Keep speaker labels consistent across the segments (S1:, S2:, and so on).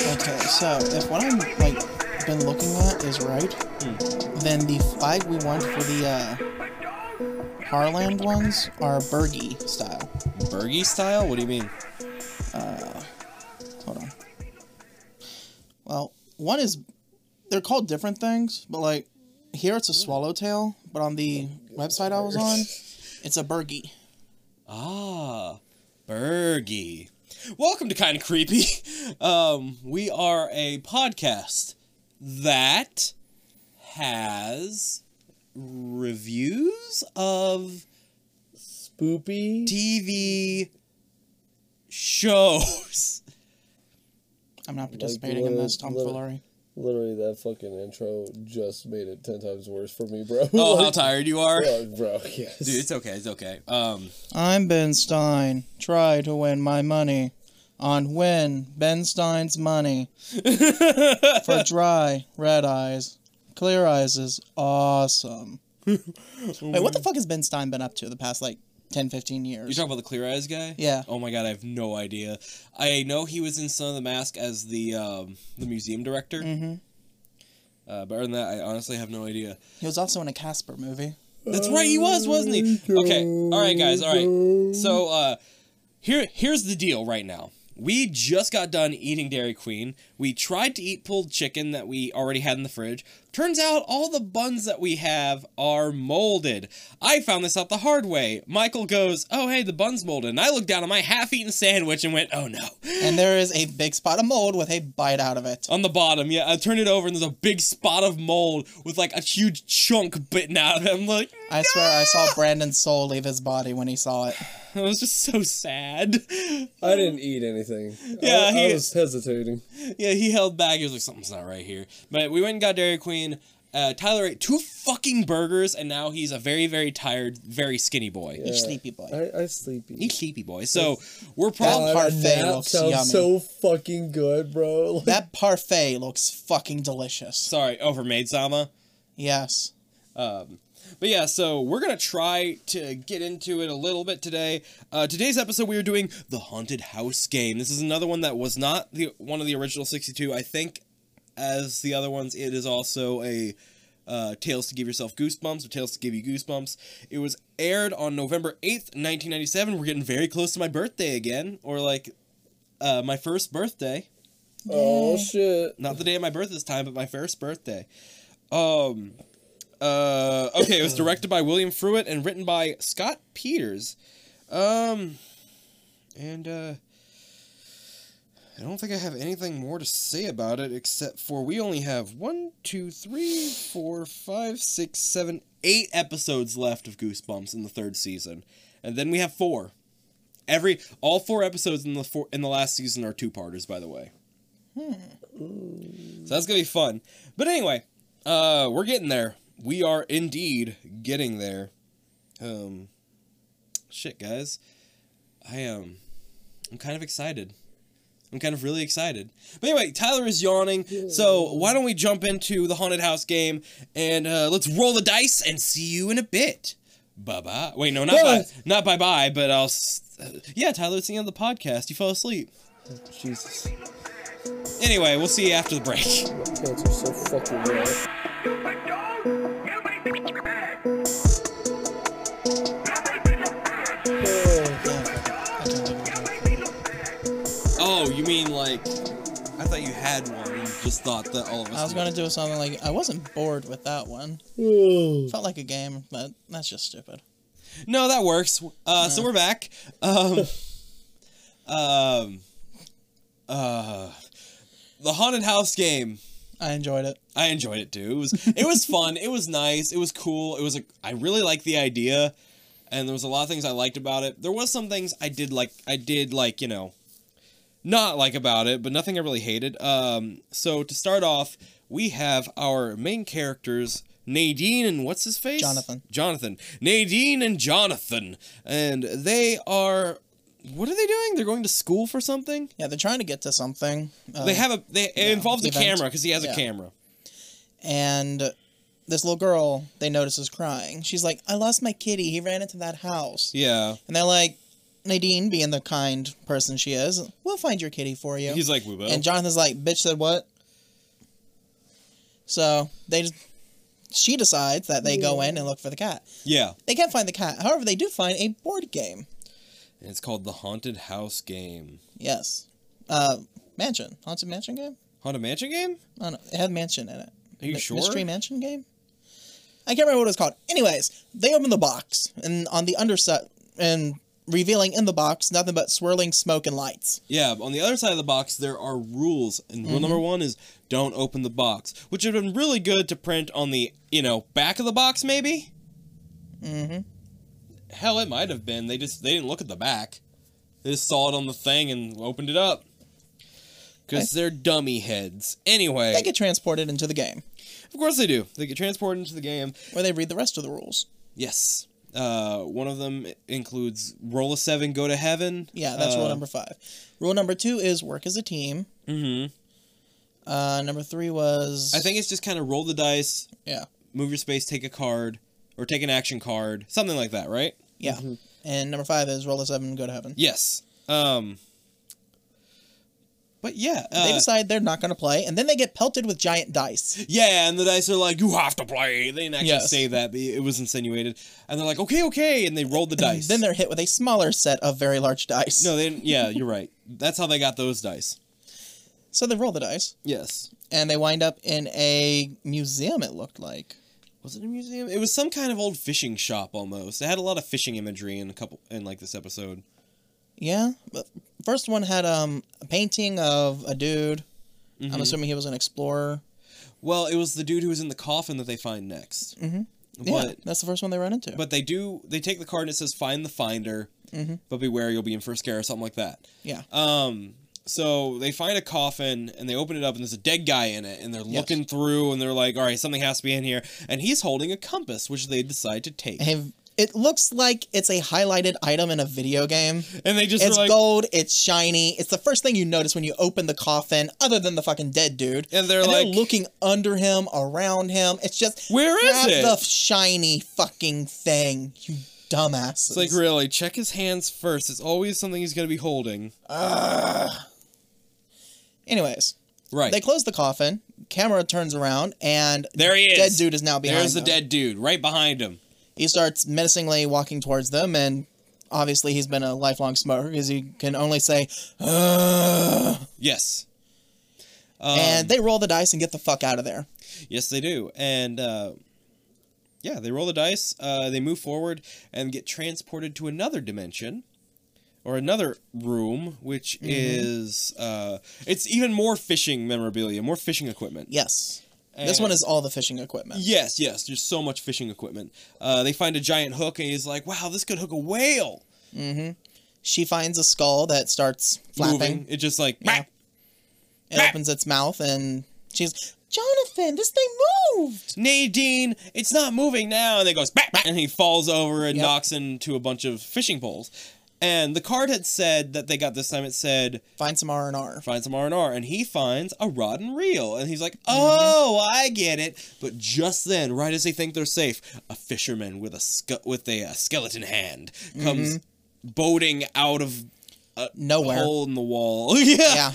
S1: Okay, so if what I'm like been looking at is right, then the flag we want for the uh, Harland ones are Bergy style.
S2: Bergie style? What do you mean?
S1: Hold on. Well, one is they're called different things, but like here it's a swallowtail, but on the website I was on, it's a Bergy.
S2: Ah, Bergie. Welcome to Kind of Creepy. Um, we are a podcast that has reviews of
S3: Spoopy.
S2: TV shows.
S1: I'm not participating in this
S3: little- little-
S1: tomfoolery.
S3: Literally, that fucking intro just made it ten times worse for me, bro.
S2: Oh, how
S3: Like,
S2: tired you are. Dude,
S3: fuck, bro. Yes.
S2: it's okay. It's okay. Um,
S1: I'm Ben Stein. Try to win my money on win Ben Stein's money for dry red eyes. Clear eyes is awesome. Wait, what the fuck has Ben Stein been up to the past like 10, 15
S2: you
S1: years?
S2: talking about the Clear Eyes guy?
S1: Yeah.
S2: Oh my god, I have no idea. I know he was in Son of the Mask as the um, the museum director. Mm-hmm. Uh, but other than that, I honestly have no idea.
S1: He was also in a Casper movie.
S2: That's right, he was, wasn't he? Okay, all right, guys, all right. So uh, here, here's the deal right now. We just got done eating Dairy Queen. We tried to eat pulled chicken that we already had in the fridge. Turns out all the buns that we have are molded. I found this out the hard way. Michael goes, "Oh hey, the bun's molded," and I looked down at my half-eaten sandwich and went, "Oh no."
S1: And there is a big spot of mold with a bite out of it.
S2: On the bottom, yeah. I turned it over and there's a big spot of mold with like a huge chunk bitten out of it. I'm like,
S1: I swear I saw Brandon's soul leave his body when he saw it.
S2: It was just so sad.
S3: I didn't eat anything.
S2: Yeah,
S3: I, I
S2: he-
S3: was hesitating.
S2: yeah, he held back. He was like, something's not right here. But we went and got Dairy Queen. Uh, Tyler ate two fucking burgers, and now he's a very, very tired, very skinny boy.
S1: Each sleepy boy.
S3: I, I sleepy.
S2: He's sleepy boy. So we're
S1: That
S2: probably.
S1: parfait
S3: that
S1: looks
S3: sounds
S1: yummy.
S3: so fucking good, bro. Like,
S1: That parfait looks fucking delicious.
S2: Sorry, overmade Sama.
S1: Yes.
S2: But yeah, so we're gonna try to get into it a little bit today. Uh, today's episode, we are doing the haunted house game. This is another one that was not the one of the original sixty-two. I think, as the other ones, it is also a uh, tales to give yourself goosebumps or tales to give you goosebumps. It was aired on November eighth, nineteen ninety-seven. We're getting very close to my birthday again, or like uh, my first birthday.
S3: oh shit.
S2: Not the day of my birth this time, but my first birthday. Um, uh, okay, it was directed by William Fruitt and written by Scott Peters. Um, and uh, I don't think I have anything more to say about it except for we only have one, two, three, four, five, six, seven, eight episodes left of Goosebumps in the third season, and then we have four. Every all four episodes in the four, in the last season are two parters, by the way. So that's gonna be fun. But anyway, uh, we're getting there. We are indeed getting there. Um, shit, guys, I am. I'm kind of excited. I'm kind of really excited. But anyway, Tyler is yawning, so why don't we jump into the haunted house game and uh, let's roll the dice and see you in a bit. Bye bye. Wait, no, not bye,
S3: Bye.
S2: not bye bye, but I'll. S- uh, yeah, Tyler, it's the end of the podcast. You fell asleep.
S3: Jesus.
S2: Anyway, we'll see you after the break.
S3: My pants are so fucking wet. Oh,
S2: Oh, you mean like? I thought you had one. and just thought that all of us.
S1: I was
S2: did.
S1: gonna do something like I wasn't bored with that one.
S3: oh.
S1: Felt like a game, but that's just stupid.
S2: No, that works. Uh, so we're back. Um, um, uh, the haunted house game.
S1: I enjoyed it.
S2: I enjoyed it too. It was it was fun. It was nice. It was cool. It was a, I really liked the idea, and there was a lot of things I liked about it. There was some things I did like. I did like you know, not like about it, but nothing I really hated. Um, so to start off, we have our main characters. Nadine and what's his face?
S1: Jonathan.
S2: Jonathan. Nadine and Jonathan. And they are what are they doing? They're going to school for something?
S1: Yeah, they're trying to get to something. Uh,
S2: they have a they it involves a
S1: event.
S2: camera cuz he has a
S1: Yeah.
S2: camera.
S1: and this little girl they notice is crying. She's like, "I lost my kitty. He ran into that house."
S2: Yeah.
S1: And they're like, Nadine, being the kind person she is, we'll find your kitty for you.
S2: He's like, we will.
S1: And Jonathan's like, bitch said what? So they just, she decides that they go in and look for the cat.
S2: yeah.
S1: They can't find the cat. However, they do find a board game.
S2: And it's called the Haunted House game.
S1: Yes. Uh, mansion. Haunted Mansion game?
S2: Haunted Mansion game?
S1: I don't know. It had mansion in it.
S2: Are you
S1: Mi-
S2: sure?
S1: Mystery Mansion game? I can't remember what it was called. Anyways, they open the box and on the underside and revealing in the box nothing but swirling smoke and lights.
S2: Yeah, but on the other side of the box, there are rules. And rule number one is don't open the box, which would have been really good to print on the, you know, back of the box, maybe?
S1: Mhm.
S2: Hell, it might have been. They just, they didn't look at the back. They just saw it on the thing and opened it up. Because they're dummy heads. Anyway,
S1: They get transported into the game
S2: of course they do. They get transported into the game.
S1: where they read the rest of the rules.
S2: Yes. Uh, one of them includes roll a seven, go to heaven.
S1: Yeah, that's
S2: uh,
S1: rule number five. Rule number two is work as a team.
S2: hmm
S1: Uh, number three was
S2: I think it's just kind of roll the dice,
S1: yeah
S2: move your space, take a card, or take an action card, something like that, right?
S1: yeah.
S2: Mm-hmm.
S1: And number five is roll a seven, go to heaven.
S2: Yes. Um. But yeah, uh,
S1: They decide they're not going to play, and then they get pelted with giant dice.
S2: yeah, and the dice are like, "You have to play." They didn't actually
S1: Yes.
S2: say that, but it was insinuated, and they're like, "Okay, okay," and they rolled the dice.
S1: Then they're hit with a smaller set of very large dice.
S2: no, they didn't. Yeah, you're right. That's how they got those dice.
S1: So they roll the dice,
S2: Yes.
S1: and they wind up in a museum. It looked like.
S2: Was it a museum? It was some kind of old fishing shop almost. It had a lot of fishing imagery in a couple in like this episode.
S1: Yeah, but first one had um a painting of a dude.
S2: Mm-hmm.
S1: I'm assuming he was an explorer.
S2: Well, it was the dude who was in the coffin that they find next. Mm-hmm.
S1: Yeah,
S2: But
S1: that's the first one they run into.
S2: but they do they take the card and it says find the finder,
S1: Mm-hmm.
S2: but beware you'll be in for a scare or something like that.
S1: yeah,
S2: Um, so they find a coffin and they open it up and there's a dead guy in it and they're looking through and they're like, all right, something has to be in here, and he's holding a compass which they decide to take,
S1: Have- it looks like it's a highlighted item in a video game.
S2: and they just
S1: It's
S2: were like,
S1: gold. It's shiny. It's the first thing you notice when you open the coffin, other than the fucking dead dude.
S2: And they're like-
S1: looking under him, around him. It's just
S2: Where is
S1: grab
S2: it?
S1: The shiny fucking thing, you dumbasses.
S2: It's like really check his hands first. It's always something he's gonna be holding.
S1: Anyways,
S2: Right.
S1: they close the coffin. Camera turns around, and
S2: there he is.
S1: dead dude is now behind.
S2: There's the
S1: them.
S2: dead dude right behind him.
S1: He starts menacingly walking towards them, and obviously he's been a lifelong smoker because he can only say, "Ugh."
S2: Yes. Um,
S1: and they roll the dice and get the fuck out of there.
S2: Yes, they do. And uh, yeah, they roll the dice, uh, they move forward, and get transported to another dimension or another room, which is uh, it's even more fishing memorabilia, more fishing equipment.
S1: Yes. This
S2: And-
S1: one is all the fishing equipment.
S2: Yes, yes. There's so much fishing equipment. Uh, they find a giant hook, and he's like, "Wow, this could hook a whale."
S1: She finds a skull that starts flapping.
S2: Moving, it just like
S1: Yeah. It
S2: Flap.
S1: opens its mouth and she's, Jonathan, this thing moved.
S2: Nadine, it's not moving now. And it goes, "Bah, bah," and he falls over and
S1: Yep.
S2: knocks into a bunch of fishing poles. And the card had said that they got this time. It said,
S1: Find some R and R.
S2: find some R&R. And he finds a rod and reel. And he's like,
S1: Mm-hmm.
S2: oh, I get it. But just then, right as they think they're safe, a fisherman with a, sc- with a uh, skeleton hand comes boating out of a
S1: Mm-hmm. Nowhere.
S2: hole in the wall. yeah.
S1: Yeah.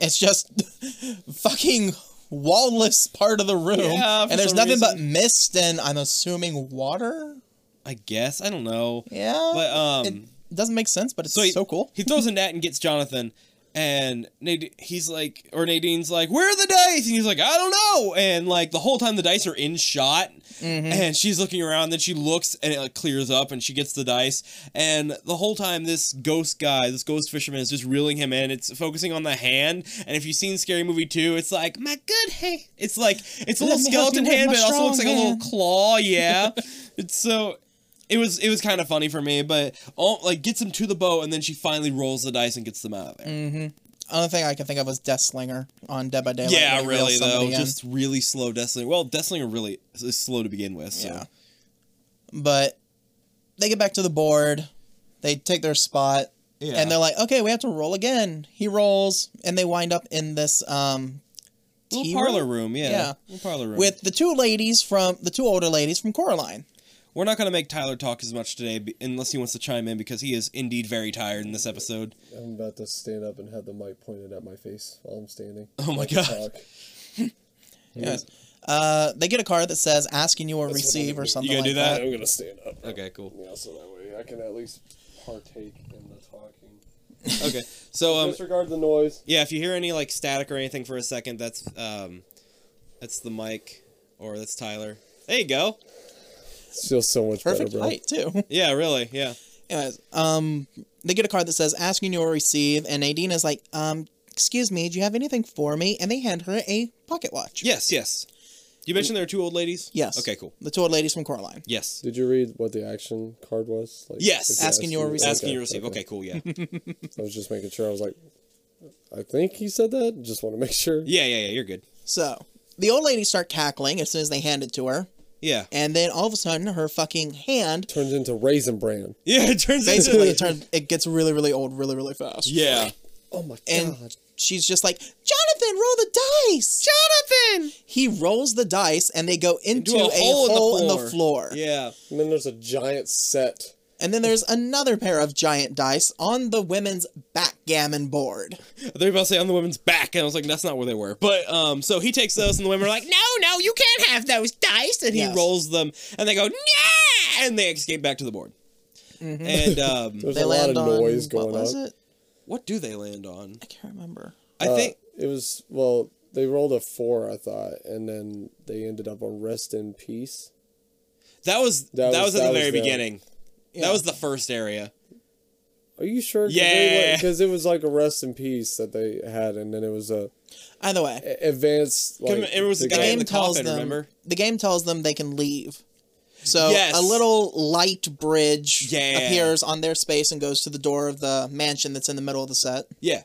S1: It's just fucking wallless part of the room.
S2: Yeah, for
S1: and there's
S2: some
S1: nothing but mist and I'm assuming water.
S2: I guess. I don't know.
S1: Yeah.
S2: But, um...
S1: it doesn't make sense, but it's so,
S2: he,
S1: cool.
S2: He throws a net and gets Jonathan, and Nad- he's like, or Nadine's like, "Where are the dice?" And he's like, "I don't know." And like the whole time, the dice are in shot,
S1: Mm-hmm.
S2: and she's looking around. Then she looks, and it like, clears up, and she gets the dice. And the whole time, this ghost guy, this ghost fisherman, is just reeling him in. It's focusing on the hand. And if you've seen Scary Movie Two, it's like my good hand. It's like it's a
S1: Let me
S2: little
S1: help you
S2: skeleton
S1: with
S2: hand,
S1: my
S2: but it also looks like
S1: strong
S2: a little
S1: hand.
S2: claw. Yeah, it's so it was it was kind of funny for me, but all, like gets them to the boat, and then she finally rolls the dice and gets them out of there.
S1: Mm, Only thing I can think of was Death Slinger on Dead by Daylight.
S2: yeah,
S1: when he reels
S2: really though,
S1: somebody in.
S2: just really slow Deathslinger. Well, Deathslinger really is slow to begin with. So.
S1: Yeah. But they get back to the board, they take their spot,
S2: Yeah.
S1: and they're like, okay, we have to roll again. He rolls, and they wind up in this um
S2: little
S1: tea
S2: parlor room, yeah,
S1: Yeah.
S2: little parlor room
S1: with the two ladies from the two older ladies from Coraline.
S2: We're not going to make Tyler talk as much today be- unless he wants to chime in because he is indeed very tired in this episode.
S3: I'm about to stand up and have the mic pointed at my face while I'm standing.
S2: Oh my
S3: Like a
S2: God.
S3: cock.
S1: Yes. Uh, they get a card that says asking you will
S3: That's what I'm
S1: receive
S3: gonna
S1: or
S3: do.
S1: something
S2: You
S1: like
S2: gonna do
S1: that.
S2: that?
S3: I'm gonna stand up.
S2: Okay, cool.
S3: Yeah, so that way I can at least partake in the talking.
S2: Okay. So um
S3: Disregard the noise.
S2: yeah, if you hear any like static or anything for a second, that's um that's the mic or that's Tyler. There you go.
S3: It's still so much
S1: Perfect
S3: better, bro.
S1: height too.
S2: Yeah, really. Yeah.
S1: Anyways, um, they get a card that says asking you will receive, and Nadine is like, um, excuse me, do you have anything for me? And they hand her a pocket watch.
S2: Yes, yes. You mentioned there were two old ladies?
S1: Yes.
S2: Okay, cool.
S1: The two old ladies from Coraline.
S2: Yes.
S3: Did you read what the action card was? Like,
S2: Yes.
S3: if you
S1: Asking
S3: ask
S1: you will
S3: me-
S1: receive.
S2: Asking you to receive. Okay, cool. Yeah. yeah,
S3: I was just making sure. I was like, I think he said that. Just want to make sure.
S2: yeah, yeah. You're good.
S1: So the old ladies start cackling as soon as they hand it to her,
S2: Yeah.
S1: and then all of a sudden her fucking hand
S3: Turns into raisin bran.
S2: Yeah, it turns
S1: basically
S2: into.
S1: it turns it gets really really old really really fast.
S2: Yeah.
S3: Oh my
S1: And
S3: god.
S1: she's just like, Jonathan, roll the dice.
S2: Jonathan!
S1: He rolls the dice, and they go into,
S2: Do
S1: a, hole, in the floor.
S2: Yeah.
S3: And then there's a giant set.
S1: And then there's another pair of giant dice on the women's backgammon board.
S2: They were about to say on the women's back, and I was like, that's not where they were. But um, so he takes those, and the women are like, no, no, you can't have those dice, and he
S1: Yes.
S2: rolls them, and they go, nah, and they escape back to the board.
S1: Mm-hmm.
S2: And um,
S3: There's
S1: They
S3: a lot
S1: land
S3: of
S1: on
S3: noise going
S1: what was
S3: on.
S1: it?
S2: what do they land on?
S1: I can't remember.
S2: I
S3: Uh,
S2: think
S3: it was well. They rolled a four, I thought, and then they ended up on rest in peace.
S2: that was that,
S3: that
S2: was
S3: was-
S2: at
S3: that
S2: the
S3: was
S2: very
S3: the-
S2: beginning. That was the first area.
S3: Are you sure?
S2: Yeah.
S3: Because it was like a rest in peace that they had, and then it was a
S1: Either way,
S3: a- advanced. Like,
S2: Come- it was the
S3: the
S2: guy in
S1: game
S2: the
S1: tells
S2: coffin,
S1: them
S2: remember?
S1: the game tells them they can leave. So
S2: Yes.
S1: a little light bridge
S2: Yeah.
S1: appears on their space and goes to the door of the mansion that's in the middle of the set,
S2: Yeah.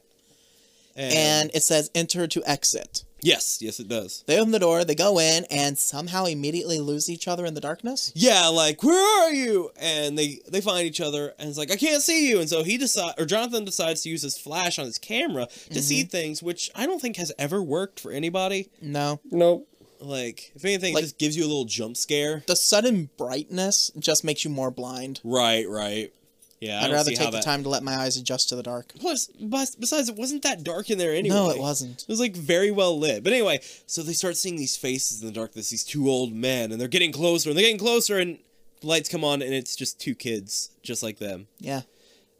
S1: and it says "Enter to exit."
S2: yes, yes, it does.
S1: They open the door, they go in, and somehow immediately lose each other in the darkness.
S2: Yeah, like where are you? And they they find each other, and it's like I can't see you. And so he decide or Jonathan decides to use his flash on his camera to see
S1: Mm-hmm.
S2: things, which I don't think has ever worked for anybody.
S1: No,
S3: Nope.
S2: Like if anything,
S1: Like-
S2: it just gives you a little jump scare.
S1: the sudden brightness just makes you more blind.
S2: Right, right. Yeah, I
S1: I'd
S2: don't
S1: rather
S2: see how
S1: take the
S2: that.
S1: time to let my eyes adjust to the dark.
S2: Plus, bes- besides, it wasn't that dark in there anyway.
S1: No, it wasn't.
S2: It was like very well lit. But anyway, so they start seeing these faces in the darkness, these two old men, and they're getting closer and they're getting closer, and the lights come on, and it's just two kids, just like them.
S1: Yeah.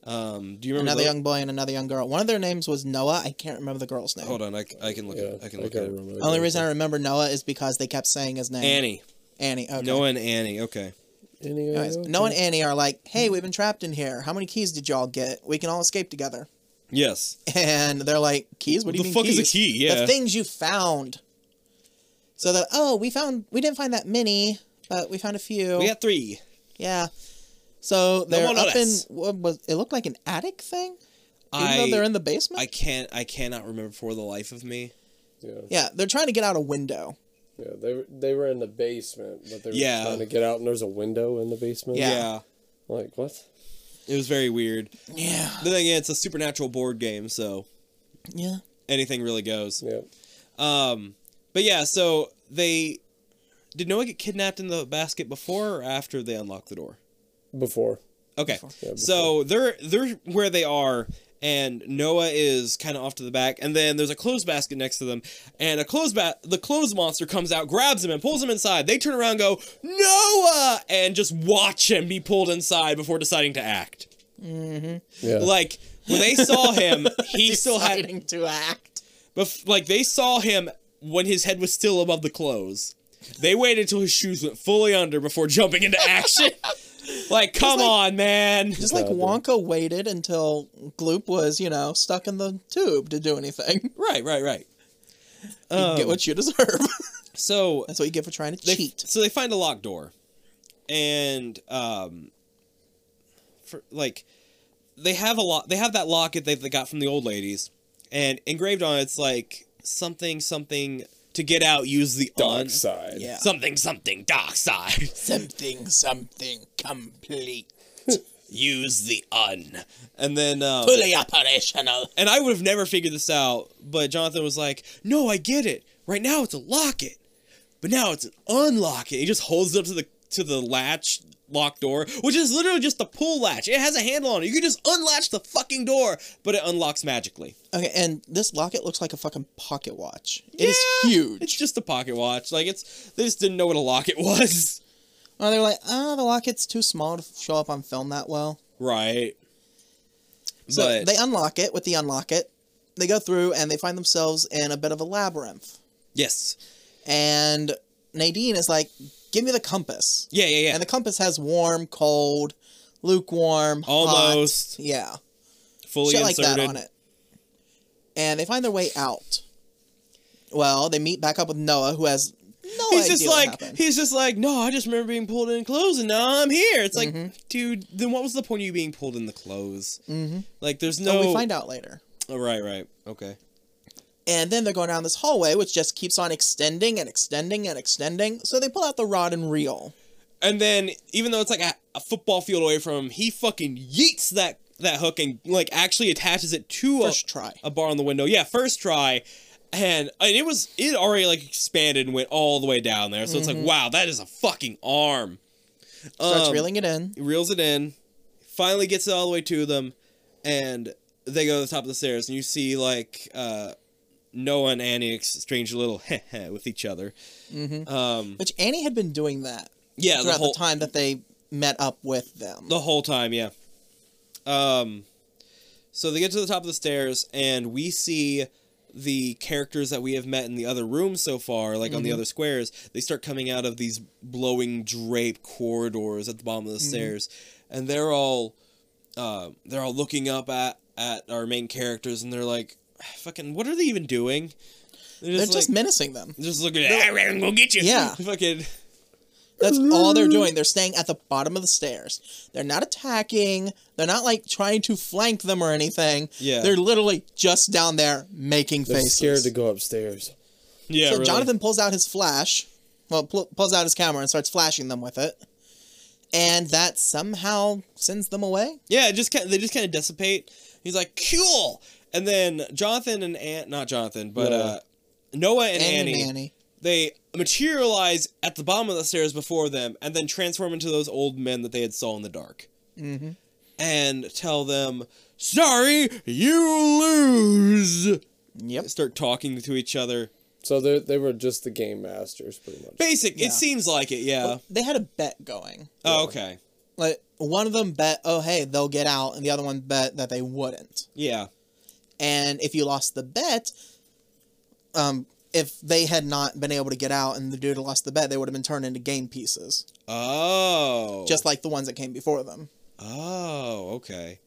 S2: Um, do you remember
S1: Another
S2: the-
S1: young boy and another young girl. One of their names was Noah. I can't remember the girl's name.
S2: Hold on, I, I can look
S3: Yeah,
S2: at I can look at
S3: can't
S2: it.
S3: remember the
S1: Only
S3: name.
S1: reason I remember Noah is because they kept saying his name.
S2: Annie,
S1: Annie. Okay.
S2: Noah and Annie. Okay.
S3: Any
S1: Anyways,
S3: idea?
S1: Noah and Annie are like, hey, we've been trapped in here. How many keys did y'all get? We can all escape together.
S2: Yes.
S1: And they're like, keys? What do you
S2: the
S1: mean
S2: fuck
S1: keys?
S2: is a key? Yeah.
S1: The things you found. So that, oh, we found, we didn't find that many, but we found a few.
S2: we got three.
S1: yeah. So they're
S2: one, no
S1: up in,
S2: less.
S1: what was, it looked like an attic thing? Even
S2: I
S1: though they're in the basement?
S2: I can't I cannot remember for the life of me.
S3: Yeah.
S1: yeah, they're trying to get out a window.
S3: Yeah, they were, they were in the basement, but they were
S2: Yeah.
S3: trying to get out, and there's a window in the basement.
S1: Yeah.
S3: Like what?
S2: It was very weird.
S1: Yeah.
S2: The thing is, it's a supernatural board game, so
S1: Yeah.
S2: anything really goes.
S3: Yeah.
S2: Um, but yeah, so they did Noah get kidnapped in the basket before or after they unlocked the door?
S3: Before.
S2: Okay,
S3: Yeah,
S2: so they're they're where they are, and Noah is kind of off to the back, and then there's a clothes basket next to them, and a clothes ba- the clothes monster comes out, grabs him, and pulls him inside. They turn around, and go Noah, and just watch him be pulled inside before deciding to act.
S3: Yeah.
S2: Like when they saw him, he still had
S1: Deciding to act.
S2: Bef- like they saw him when his head was still above the clothes. They waited till his shoes went fully under before jumping into action. like, come on, man.
S1: Just like
S3: Yeah, dude.
S1: Wonka waited until Gloop was, you know, stuck in the tube to do anything.
S2: Right, right, right.
S1: You get what you deserve.
S2: So
S1: That's what you get for trying to
S2: they,
S1: cheat.
S2: So they find a locked door, and um, for like, they have a lot. They have that locket that they got from the old ladies, and engraved on it's like something, something to get out. Use the
S3: dark
S2: on-
S3: side.
S1: Yeah.
S2: Something, something, dark side.
S1: Something, something complete.
S2: use the un and then um,
S1: operational.
S2: and i would have never figured this out but jonathan was like no i get it right now it's a locket but now it's an unlocket he just holds it up to the to the latch lock door, which is literally just the pull latch. It has a handle on it. You can just unlatch the fucking door, but it unlocks magically.
S1: Okay, and this locket looks like a fucking pocket watch. It is
S2: Yeah,
S1: huge.
S2: It's just a pocket watch. Like it's they just didn't know what a locket was.
S1: Oh, they're like, ah, the locket's too small to show up on film that well.
S2: Right.
S1: So
S2: but
S1: they unlock it with the unlock it. They go through and they find themselves in a bit of a labyrinth.
S2: yes.
S1: And Nadine is like, give me the compass.
S2: Yeah, yeah, yeah.
S1: And the compass has warm, cold, lukewarm, hot.
S2: Almost
S1: Yeah.
S2: fully
S1: shit like
S2: inserted.
S1: that on it. And they find their way out. Well, they meet back up with Noah, who has no
S2: He's
S1: idea
S2: just
S1: what
S2: like
S1: happened.
S2: he's just like no. I just remember being pulled in clothes, and now I'm here. It's like,
S1: Mm-hmm.
S2: dude, then what was the point of you being pulled in the clothes?
S1: Mhm.
S2: Like, there's no.
S1: So we find out later.
S2: Oh, right, right, okay.
S1: And then they're going down this hallway, which just keeps on extending and extending and extending. So they pull out the rod and reel.
S2: And then even though it's like a, a football field away from him, he fucking yeets that that hook and like actually attaches it to a,
S1: First try.
S2: a bar on the window. Yeah, first try. And and it was it already like expanded and went all the way down there. So it's
S1: Mm-hmm.
S2: like, wow, that is a fucking arm.
S1: Starts
S2: Um,
S1: reeling it in.
S2: He reels it in, finally gets it all the way to them, and they go to the top of the stairs, and you see like uh, Noah and Annie exchange a little with each other. Um,
S1: Which Annie had been doing that
S2: yeah, the
S1: throughout the,
S2: whole
S1: time that they met up with them.
S2: the whole time, yeah. Um, so they get to the top of the stairs, and we see the characters that we have met in the other rooms so far, like
S1: Mm-hmm.
S2: on the other squares. They start coming out of these blowing drape corridors at the bottom
S1: Mm-hmm.
S2: of the stairs, and they're all, uh, they're all looking up at at our main characters, and they're like, "Fucking, what are they even doing?" They're
S1: they're
S2: just,
S1: just
S2: like,
S1: menacing them.
S2: just looking at. "Ah, we're gonna get you.
S1: Yeah.
S2: Fucking.
S1: That's all they're doing. They're staying at the bottom of the stairs. They're not attacking. They're not like trying to flank them or anything.
S2: Yeah.
S1: They're literally just down there making
S3: They're
S1: faces.
S3: scared to go upstairs.
S2: Yeah.
S1: so
S2: really.
S1: Jonathan pulls out his flash, well, pl- pulls out his camera and starts flashing them with it, and that somehow sends them away.
S2: Yeah, it just kind they just kind of dissipate. He's like, cool. And then Jonathan and Aunt, not Jonathan, but
S3: Noah.
S2: uh, Noah and
S1: Annie,
S2: Annie,
S1: and Annie.
S2: they materialize at the bottom of the stairs before them, and then transform into those old men that they had saw in the dark, mm-hmm. and tell them, "Sorry, you lose."
S1: Yep.
S2: Start talking to each other.
S3: So they they were just the game masters, pretty much.
S2: Basic.
S1: Yeah.
S2: It seems like it. Yeah.
S1: Well, they had a bet going.
S2: oh, okay.
S1: Like one of them bet, oh hey, they'll get out, and the other one bet that they wouldn't.
S2: Yeah.
S1: and if you lost the bet, um, if they had not been able to get out and the dude lost the bet, they would have been turned into game pieces,
S2: Oh.
S1: just like the ones that came before them.
S2: Oh, okay.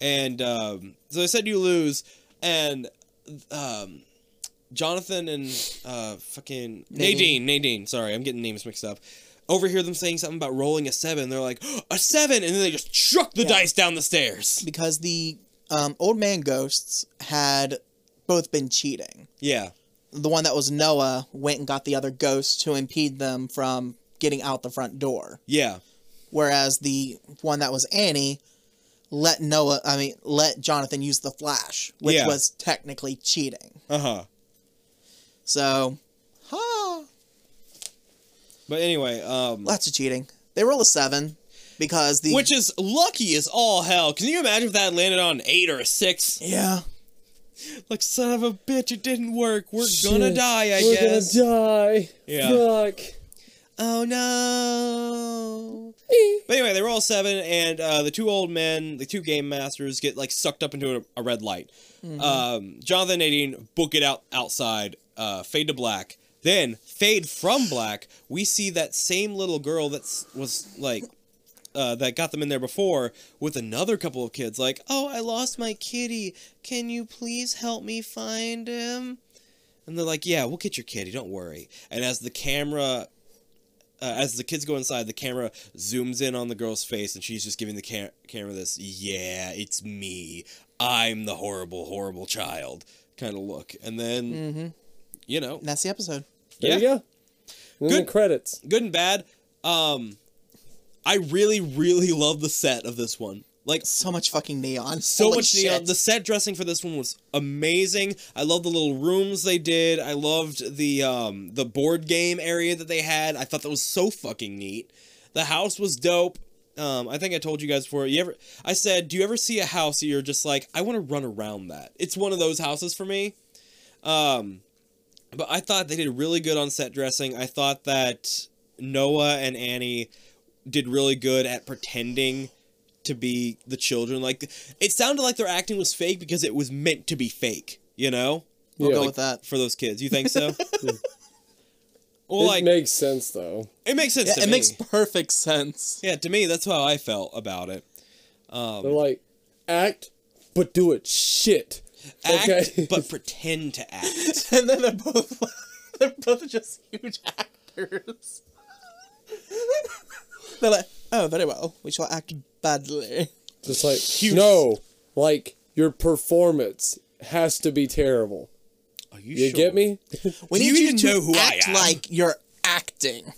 S2: And um, so I said you lose, and um, Jonathan and uh, fucking
S1: Nadine.
S2: Nadine, Nadine. Sorry, I'm getting names mixed up. Overhear them saying something about rolling a seven. They're like a seven, and then they just chuck the
S1: Yeah.
S2: dice down the stairs.
S1: Because the um, old man ghosts had both been cheating.
S2: Yeah,
S1: The one that was Noah went and got the other ghost to impede them from getting out the front door,
S2: yeah,
S1: whereas the one that was Annie let Noah, I mean, let Jonathan use the flash, which
S2: Yeah.
S1: was technically cheating.
S2: uh huh.
S1: So, ha.
S2: But anyway, um,
S1: lots of cheating. They roll a seven because the
S2: which is lucky as all hell. Can you imagine if that landed on an eight or a six?
S1: yeah
S2: Like son of a bitch, it didn't work. We're gonna
S3: Shit,
S2: die. I
S3: we're
S2: guess.
S3: gonna die.
S2: Yeah.
S3: Fuck.
S2: Oh no. But anyway, they roll seven, and uh, the two old men, the two game masters, get like sucked up into a, a red light. Um, Jonathan and Nadine book it out outside, uh, fade to black. Then fade from black. We see that same little girl that was like uh, that got them in there before with another couple of kids. Like, oh, I lost my kitty. Can you please help me find him? And they're like, yeah, we'll get your kitty. Don't worry. And as the camera uh, as the kids go inside, the camera zooms in on the girl's face, and she's just giving the ca- camera this, yeah, it's me. I'm the horrible, horrible child kind of look. And then, you know,
S1: and that's the episode.
S3: There
S2: yeah,
S3: you go. And then
S2: Good-
S3: credits.
S2: good and bad. Um, I really, really love the set of this one. Like,
S1: So much fucking neon.
S2: so
S1: Holy
S2: much
S1: shit.
S2: neon. The set dressing for this one was amazing. I loved the little rooms they did. I loved the um the board game area that they had. I thought that was so fucking neat. The house was dope. Um, I think I told you guys before. You ever? I said, do you ever see a house that you're just like, I want to run around that? It's one of those houses for me. Um, but I thought they did really good on set dressing. I thought that Noah and Annie did really good at pretending to be the children. Like it sounded like their acting was fake because it was meant to be fake. You know,
S1: We'll
S3: Yeah.
S1: go
S3: Like,
S1: with that.
S2: for those kids, you think so? well,
S3: it
S2: like
S3: makes sense though.
S2: it makes sense.
S1: Yeah,
S2: to
S1: it
S2: me.
S1: makes perfect sense.
S2: Yeah, to me, that's how I felt about it.
S3: They're like, act, but do it shit.
S2: Act,
S3: Okay.
S2: but pretend to act.
S1: And then they're both they're both just huge actors. they're like, oh, very well. We shall act badly.
S3: Just like
S2: Huge-
S3: no, like your performance has to be terrible.
S2: Are you,
S3: You
S2: sure?
S3: get me?
S1: We need
S2: Do you
S1: you
S2: even
S1: to
S2: know who I
S1: act
S2: am?
S1: like you're acting.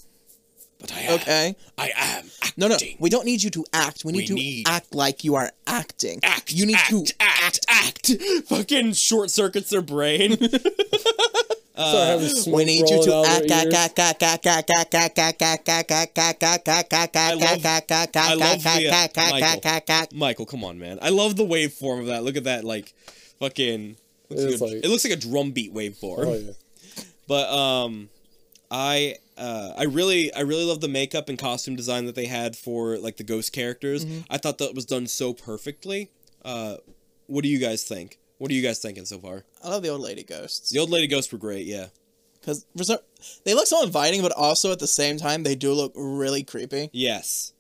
S2: But I am.
S1: Okay.
S2: I am. Acting.
S1: No, no. We don't need you to act. We need
S2: We
S1: to
S2: need-
S1: act like you are acting.
S2: act.
S1: You need
S2: act,
S1: to.
S2: act, act, Fucking short circuits their brain.
S3: Start having smoke
S1: Uh, We need you
S3: rolling
S1: to ah,
S3: out of
S1: act,
S3: their
S1: act,
S3: ears.
S1: act, act, act, act, act, act, act, act, act, act, act, act, act, act,
S2: I love-
S1: act, act,
S2: I love
S1: act,
S2: the, uh,
S1: act, act,
S2: Michael.
S1: act, act, act.
S2: Michael, come on, man. I love the waveform of that. Look at that, like, fucking. Looks
S3: It's
S2: like a-
S3: like-
S2: it looks like a drum beat waveform.
S3: Oh yeah.
S2: But um, I uh, I really I really love the makeup and costume design that they had for like the ghost characters.
S3: Mm-hmm.
S2: I thought that was done so perfectly. Uh, what do you guys think? What are you guys thinking so far?
S1: I love the old lady ghosts.
S2: The old lady ghosts were great. Yeah,
S1: Because for some, they look so inviting, but also at the same time, they do look really creepy.
S2: yes,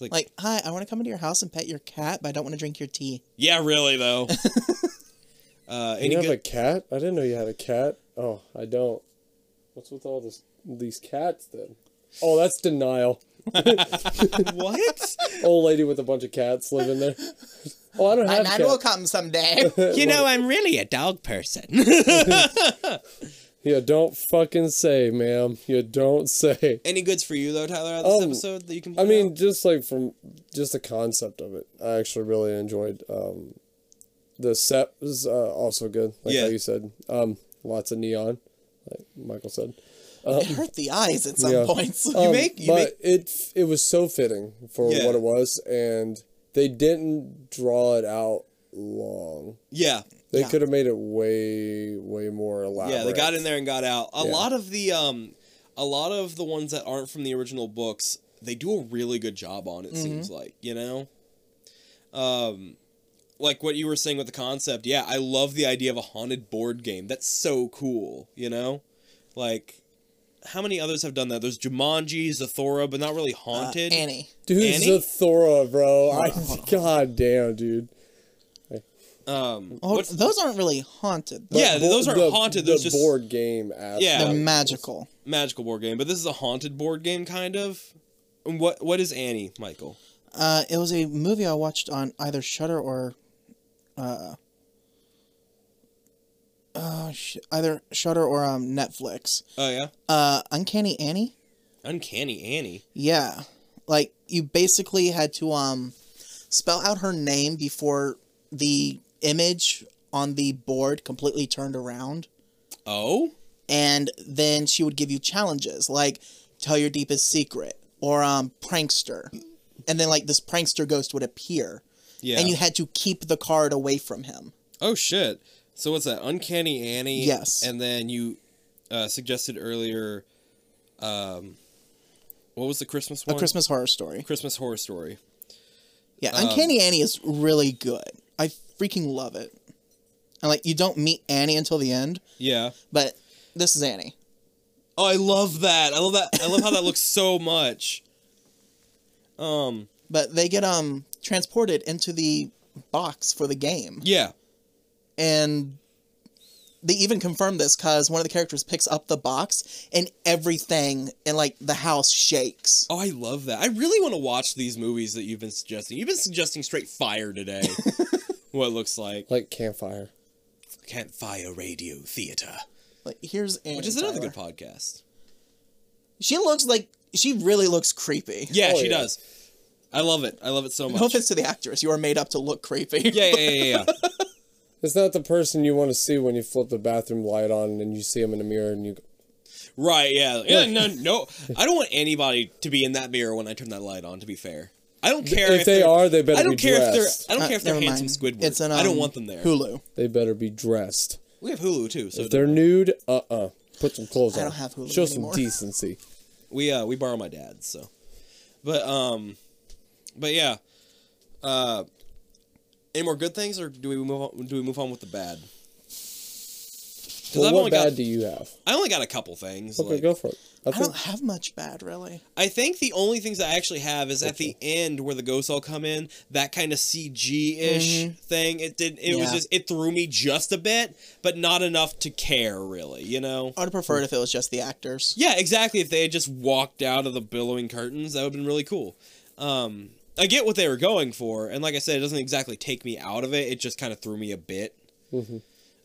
S1: Like, hi, I want to come into your house and pet your cat, but I don't want to drink your tea.
S2: yeah, really though. uh,
S3: You
S2: any
S3: have
S2: good?
S3: a cat? I didn't know you had a cat. Oh, I don't. What's with all this these cats then? Oh, that's denial.
S2: what?
S3: Old lady with a bunch of cats living there. Oh, I don't have cats.
S1: come someday.
S2: you know, I'm really a dog person.
S3: You don't fucking say, ma'am. You don't say.
S2: any goods for you though, Tyler? Out of this
S3: Um,
S2: episode that you can.
S3: I
S2: point
S3: mean,
S2: out?
S3: just like from just the concept of it, I actually really enjoyed. Um, the set was uh, also good, like
S2: Yeah.
S3: how you said. Um, lots of neon, like Michael said.
S1: it hurt the eyes at some
S3: Yeah.
S1: points.
S3: Um,
S2: make- you
S3: but it f- it was so fitting for
S2: Yeah.
S3: what it was, and they didn't draw it out long.
S2: yeah,
S3: They
S1: Yeah.
S3: could have made it way way more elaborate.
S2: Yeah, they got in there and got out. A
S3: Yeah.
S2: lot of the um, a lot of the ones that aren't from the original books, they do a really good job on. It seems
S1: Mm-hmm.
S2: like you know, um, like what you were saying with the concept. Yeah, I love the idea of a haunted board game. That's so cool. You know, like how many others have done that? There's Jumanji, Zathura, but not really
S1: Uh,
S2: haunted.
S1: Annie.
S3: dude
S2: Annie?
S3: Zathura, bro. I god damn, dude.
S2: um,
S1: Oh,
S2: what's-
S1: those aren't really haunted. They're,
S2: Yeah.
S3: That bo-
S2: those aren't
S3: the-
S2: haunted,
S3: The
S2: those just-
S3: board game. Aspect.
S2: Yeah.
S1: they're magical.
S2: magical board game, but this is a haunted board game kind of. And what what is Annie, Michael?
S1: Uh, it was a movie I watched on either Shutter or, uh, oh, sh- either Shutter or um Netflix.
S2: Oh yeah,
S1: Uh, Uncanny Annie.
S2: Uncanny Annie.
S1: Yeah. Like you basically had to um spell out her name before the image on the board completely turned around
S2: Oh.
S1: and then she would give you challenges like tell your deepest secret or um prankster. And then like this prankster ghost would appear
S2: Yeah.
S1: and you had to keep the card away from him.
S2: oh shit. So what's that? Uncanny Annie.
S1: Yes.
S2: And then you uh, suggested earlier, um, what was the Christmas one?
S1: A Christmas horror story.
S2: Christmas horror story.
S1: Yeah,
S2: Um,
S1: Uncanny Annie is really good. I freaking love it. And like you don't meet Annie until the end,
S2: Yeah.
S1: but this is Annie.
S2: Oh, I love that. I love that. I love how that looks so much. Um.
S1: but they get um transported into the box for the game
S2: Yeah.
S1: and they even confirm this because one of the characters picks up the box and everything in like the house shakes
S2: Oh, I love that. I really want to watch these movies that you've been suggesting. You've been suggesting straight fire today. what it looks like
S3: Like campfire.
S2: Campfire Radio Theater,
S1: like here's Annie
S2: which is another
S1: Tyler.
S2: good podcast.
S1: she looks like she really looks creepy
S2: Yeah,
S3: Oh,
S2: she
S3: yeah.
S2: does. I love it. I love it so much.
S1: no offense to the actress you are made up to look creepy
S2: yeah, yeah, yeah, yeah. yeah.
S3: It's not the person you want to see when you flip the bathroom light on and you see him in the mirror and you go,
S2: Right, yeah. yeah no, no. I don't want anybody to be in that mirror when I turn that light on, to be fair. I don't care
S3: if, they
S2: they're-
S3: are, they better
S2: I don't
S3: be
S2: care if
S3: dressed.
S2: they're. I don't care if they're
S1: Uh, never
S2: handsome
S1: mind.
S2: Squidward. I
S1: um,
S2: don't want them there.
S1: Hulu.
S3: They better be dressed.
S2: We have Hulu too, so
S3: If they're nude, uh uh Put some clothes
S1: I
S3: on.
S1: don't have Hulu
S3: Show
S1: anymore.
S3: some decency.
S2: we uh we borrow my dad's. So, but um, but yeah. Uh, any more good things, or do we move on? Do we move on with the bad? 'Cause
S3: Well,
S2: I've
S3: what
S2: only got-
S3: bad do you have?
S2: I only got a couple things.
S3: Okay,
S2: like-
S3: go for it. I
S1: I
S3: think
S1: don't have much bad, really.
S2: I think the only things I actually have is at the end where the ghosts all come in, that kind of CG ish thing. It did. It was
S1: Yeah.
S2: just. It threw me just a bit, but not enough to care really. You know.
S1: I'd have preferred if it was just the actors.
S2: Yeah, exactly. If they had just walked out of the billowing curtains, that would have been really cool. Um, I get what they were going for, and like I said, it doesn't exactly take me out of it. It just kind of threw me a bit.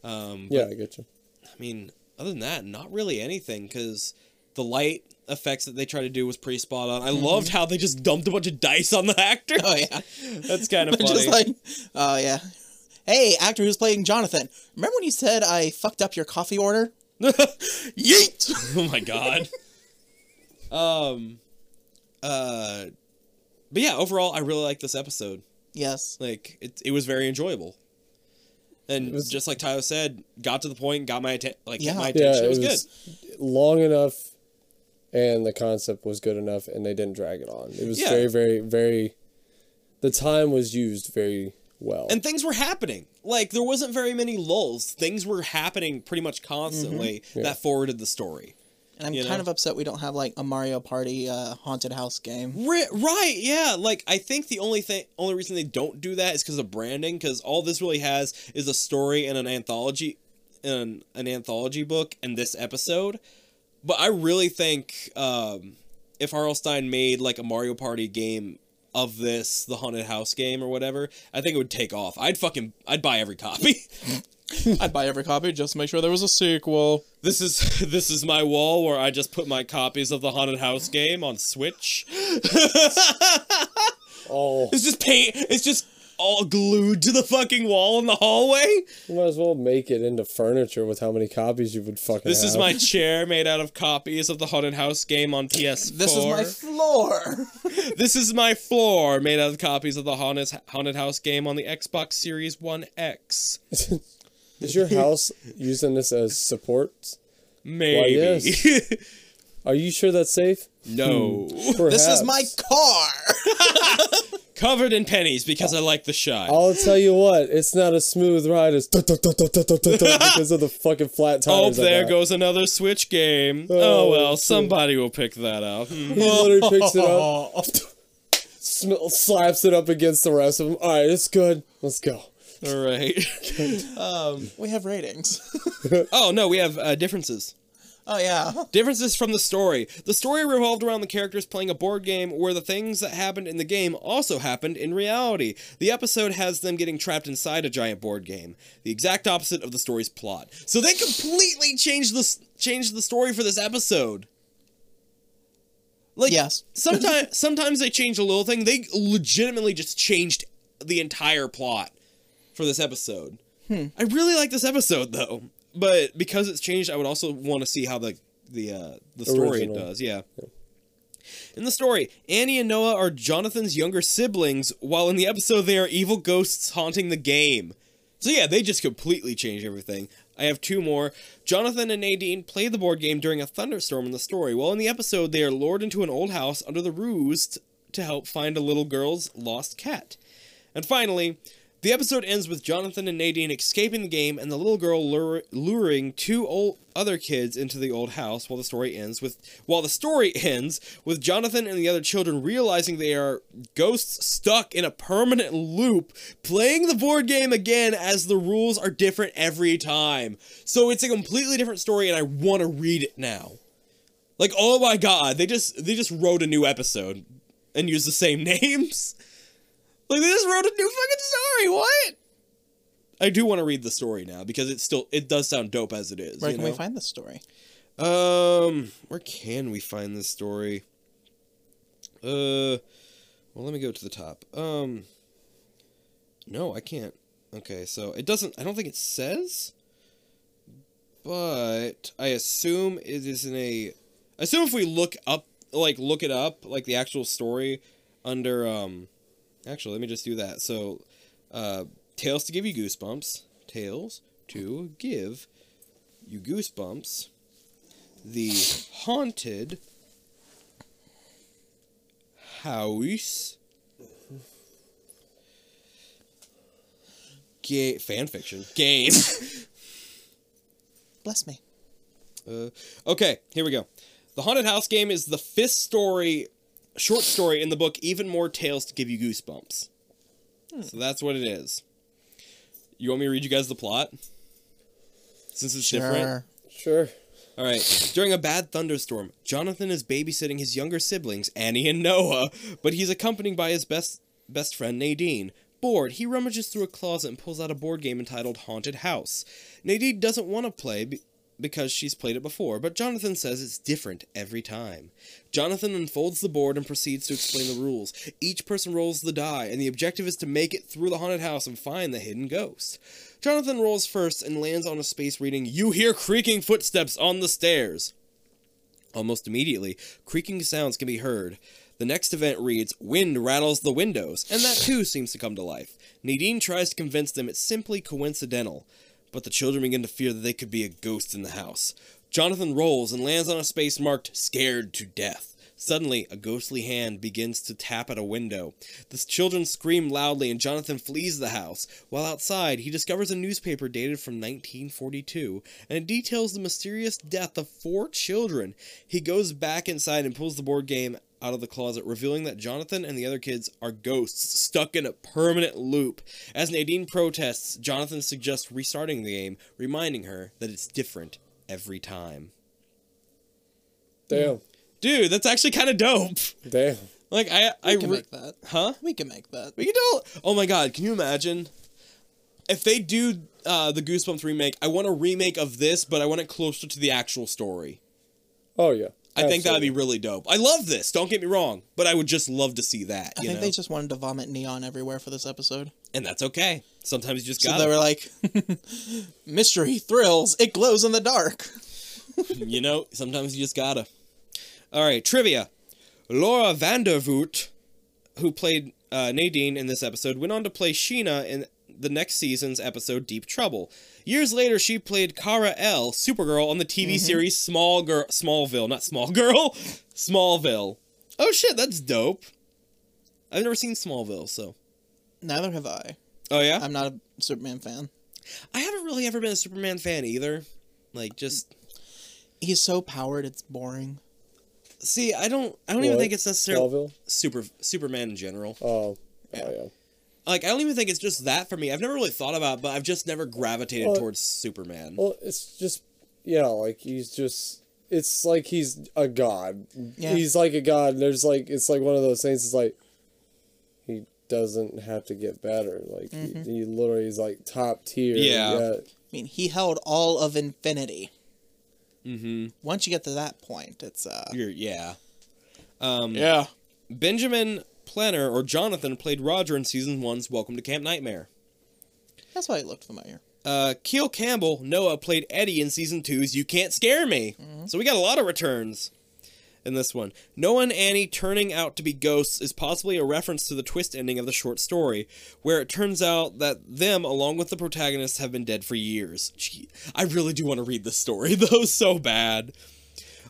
S2: Um,
S3: yeah, I get you.
S2: I mean, other than that, not really anything because the light effects that they tried to do was pretty spot on. I loved how they just dumped a bunch of dice on the actor.
S1: Oh yeah,
S2: That's kind of
S1: They're
S2: funny.
S1: just like, oh yeah. Hey, actor who's playing Jonathan. Remember when you said I fucked up your coffee order? Yeet.
S2: oh my god. um, uh, but yeah, overall, I really like this episode.
S1: yes.
S2: Like it, it was very enjoyable. And
S3: was-
S2: just like Tyler said, got to the point, got my atten- like
S1: Yeah.
S2: got my
S1: Yeah,
S2: attention. it was, good.
S3: long enough, and the concept was good enough, and they didn't drag it on. It was
S2: Yeah.
S3: very, very, very. The time was used very well.
S2: And things were happening. Like there wasn't very many lulls. Things were happening pretty much constantly
S3: Yeah.
S2: that forwarded the story.
S1: And I'm
S2: You
S1: kind
S2: know?
S1: of upset we don't have like a Mario Party uh, haunted house game.
S2: Ri- right, yeah. Like I think the only thing, only reason they don't do that is because of branding. Because all this really has is a story and an anthology, and an anthology book, and this episode. But I really think um, if Harlstein made like a Mario Party game of this, the haunted house game or whatever, I think it would take off. I'd fucking, I'd buy every copy.
S1: I'd buy every copy just to make sure there was a sequel.
S2: this is this is my wall where I just put my copies of the haunted house game on Switch.
S3: oh,
S2: It's just paint. It's just all glued to the fucking wall in the hallway.
S3: you might as well make it into furniture with how many copies you would fucking.
S2: This is
S3: have.
S2: my chair made out of copies of the haunted house game on PS4.
S1: This is my floor.
S2: This is my floor made out of copies of the haunted haunted house game on the Xbox Series One X.
S3: Is your house using this as support?
S2: Maybe.
S3: yes. Are you sure that's safe?
S2: no.
S3: Hmm.
S1: this is
S3: Perhaps.
S1: my car.
S2: Covered in pennies because I like the shine.
S3: I'll tell you what, it's not a smooth ride. It's because of the fucking flat
S2: Oh,
S3: tires. I
S2: there
S3: got.
S2: goes another Switch game. Oh,
S3: Oh,
S2: well,
S3: shit.
S2: somebody will pick that up. Hmm.
S3: He literally picks it up, sm- slaps it up against the rest of them. All right, it's good. Let's go.
S2: All right.
S1: we have ratings.
S2: Oh no, we have uh, differences.
S1: oh yeah.
S2: Differences from the story. The story revolved around the characters playing a board game where the things that happened in the game also happened in reality. The episode has them getting trapped inside a giant board game, the exact opposite of the story's plot. So they completely changed the changed the story for this episode. Like
S1: Yes.
S2: sometimes sometimes they change a little thing. They legitimately just changed the entire plot for this episode. I really like this episode though, but because it's changed, I would also want to see how the the uh, the story
S3: Original.
S2: does. Yeah. In the story, Annie and Noah are Jonathan's younger siblings, while in the episode they are evil ghosts haunting the game. So yeah, they just completely change everything. I have two more. Jonathan and Nadine play the board game during a thunderstorm in the story, while in the episode they are lured into an old house under the ruse t- to help find a little girl's lost cat. And finally, the episode ends with Jonathan and Nadine escaping the game and the little girl lure- luring two old other kids into the old house while the story ends with while the story ends with Jonathan and the other children realizing they are ghosts stuck in a permanent loop playing the board game again as the rules are different every time. So it's a completely different story and I want to read it now. Like oh my god, they just they just wrote a new episode and used the same names. Like they just wrote a new fucking story. What? I do want to read the story now because it's still it does sound dope as it is.
S1: Where
S2: you
S1: can
S2: know?
S1: we find this story?
S2: Um, where can we find this story? Uh, well, let me go to the top. Um, no, I can't. Okay, so it doesn't. I don't think it says, but I assume it is in a. I assume if we look up, like look it up, like the actual story, under um, actually let me just do that. So, uh, tales to give you goosebumps. Tales to give you goosebumps. The haunted house. Ga- fan fiction game.
S1: Bless me.
S2: Uh, okay, here we go. The Haunted House game is the fifth story, short story in the book, Even More Tales to Give You Goosebumps. So that's what it is. You want me to read you guys the plot? Since it's different?
S1: Sure.
S3: Sure.
S2: All right. During a bad thunderstorm, Jonathan is babysitting his younger siblings, Annie and Noah, but he's accompanied by his best best friend Nadine. Bored, he rummages through a closet and pulls out a board game entitled Haunted House. Nadine doesn't want to play be- because she's played it before, but Jonathan says it's different every time. Jonathan unfolds the board and proceeds to explain the rules. Each person rolls the die, and the objective is to make it through the haunted house and find the hidden ghost. Jonathan rolls first and lands on a space reading, You hear creaking footsteps on the stairs. Almost immediately, creaking sounds can be heard. The next event reads, Wind rattles the windows, and that too seems to come to life. Nadine tries to convince them it's simply coincidental, but the children begin to fear that they could be a ghost in the house. Jonathan rolls and lands on a space marked, Scared to Death. Suddenly, a ghostly hand begins to tap at a window. The children scream loudly, and Jonathan flees the house. While outside, he discovers a newspaper dated from 1942, and it details the mysterious death of four children. He goes back inside and pulls the board game out of the closet, revealing that Jonathan and the other kids are ghosts stuck in a permanent loop. As Nadine protests, Jonathan suggests restarting the game, reminding her that it's different every time.
S3: Damn.
S2: Dude, that's actually kind of dope.
S3: Damn.
S2: Like I, I
S1: We can
S2: re-
S1: make that.
S2: huh?
S1: We can make that.
S2: We can do. Oh my god, can you imagine? If they do uh, the Goosebumps remake, I want a remake of this, but I want it closer to the actual story.
S3: Oh yeah.
S2: I think that'd be really dope. I love this. Don't get me wrong, but I would just love to see that.
S1: I
S2: You
S1: think
S2: know?
S1: they just wanted to vomit neon everywhere for this episode.
S2: and that's okay. Sometimes you just
S1: So
S2: got.
S1: they were like, mystery thrills, it glows in the dark.
S2: you know, sometimes you just gotta. All right, trivia. Laura Vandervoort, who played uh, Nadine in this episode, went on to play Sheena in the next season's episode Deep Trouble. Years later, she played Kara L, Supergirl, on the TV
S3: Mm-hmm.
S2: series Small Girl, Smallville, not Small Girl, Smallville. Oh shit, that's dope. I've never seen Smallville, so.
S1: Neither have I.
S2: Oh yeah,
S3: Um,
S1: I'm not a Superman fan.
S2: I haven't really ever been a Superman fan either. Like, just
S3: Mm.
S1: He's so powered, it's boring.
S2: see, I don't, I don't even
S3: What?
S2: think it's necessarily
S3: Smallville.
S2: super Superman in general.
S3: Oh. Oh yeah.
S2: like I don't even think it's just that for me. I've never really thought about, it, but I've just never gravitated
S3: Well-
S2: towards Superman.
S3: Well, it's just yeah, like he's just it's like he's a god.
S1: Yeah.
S3: He's like a god. And there's like it's like one of those things. It's like he doesn't have to get better. Like he- he, literally is like top tier. and
S2: Yeah.
S3: yet-
S1: I mean, he held all of infinity.
S2: mm-hmm.
S1: Once you get to that point, it's uh
S2: You're, yeah. Um,
S1: yeah.
S2: Benjamin Planner or Jonathan played Roger in season one's Welcome to Camp Nightmare.
S1: That's why it looked familiar.
S2: Uh, Keel Campbell Noah played Eddie in season two's You Can't Scare Me. So we got a lot of returns in this one. Noah and Annie turning out to be ghosts is possibly a reference to the twist ending of the short story, where it turns out that them, along with the protagonists, have been dead for years. Gee, I really do want to read this story though, so bad.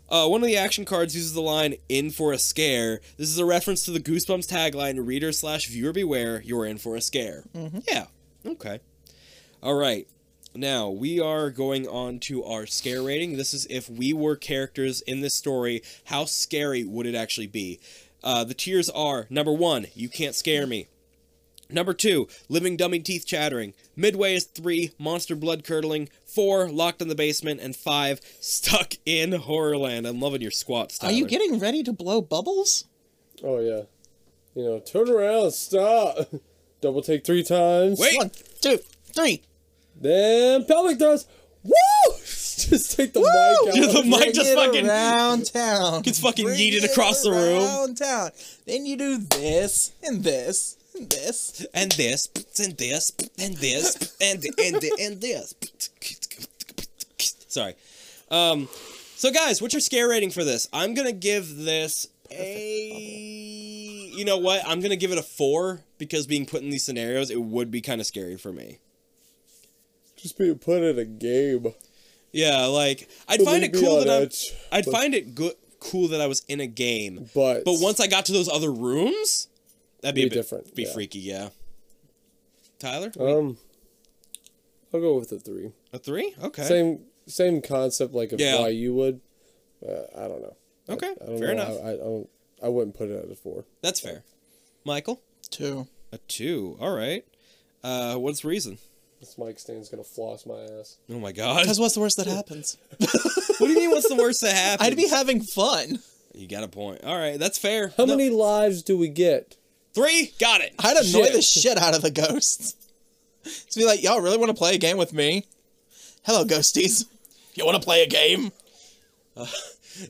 S2: Uh, one of the action cards uses the line "In for a scare." This is a reference to the Goosebumps tagline "Reader slash viewer beware, you're in for a scare." Yeah. Okay. All right. Now we are going on to our scare rating. This is if we were characters in this story, how scary would it actually be? Uh, the tiers are number one, you can't scare me. Number two, living dummy teeth chattering. Midway is three, monster blood curdling. Four, locked in the basement, and five, stuck in Horrorland. I'm loving your squats. Tyler.
S1: Are you getting ready to blow bubbles?
S3: Oh yeah. You know, turn around, stop. Double take three times.
S2: Wait.
S1: One, two, three.
S3: Then pelvic thrust. Woo! just take the mic out.
S2: Just the mic
S1: Bring
S2: just
S1: it
S2: fucking
S1: around town.
S2: gets fucking
S1: Bring
S2: yeeted
S1: it
S2: across the room.
S1: Around town. Then you do this and this and this.
S2: and this and this and this and and and this. Sorry. Um, so guys, what's your scare rating for this? I'm gonna give this a. You know what? I'm gonna give it a four because being put in these scenarios, it would be kind of scary for me.
S3: Just be put in a game.
S2: Yeah, like I'd
S3: Believe
S2: find it
S3: me
S2: cool
S3: on
S2: that I'm,
S3: edge,
S2: I'd
S3: but-
S2: find it good cool that I was in a game,
S3: But
S2: but once I got to those other rooms, that'd be,
S3: Be
S2: a bit,
S3: different,
S2: be
S3: yeah.
S2: freaky. Yeah. Tyler,
S3: um, I'll go with the three.
S2: a three? Okay.
S3: Same same concept like of
S2: Yeah.
S3: why you would. Uh, I don't know. I-
S2: Okay,
S3: I, don't
S2: fair
S3: know.
S2: enough.
S3: I, I don't. I wouldn't put it at a four.
S2: That's fair. Michael,
S1: Two.
S2: a two. All right. Uh, what's reason?
S3: This mic stand's gonna floss my ass.
S2: Oh my god.
S1: Because what's the worst that happens?
S2: What do you mean? What's the worst that happened?
S1: I'd be having fun.
S2: You got a point. All right, that's fair.
S3: How
S2: No-
S3: many lives do we get?
S2: Three. Got it.
S1: I'd annoy
S3: Shit.
S1: the shit out of the ghosts. To be like, y'all really want to play a game with me? Hello, ghosties. You want to play a game?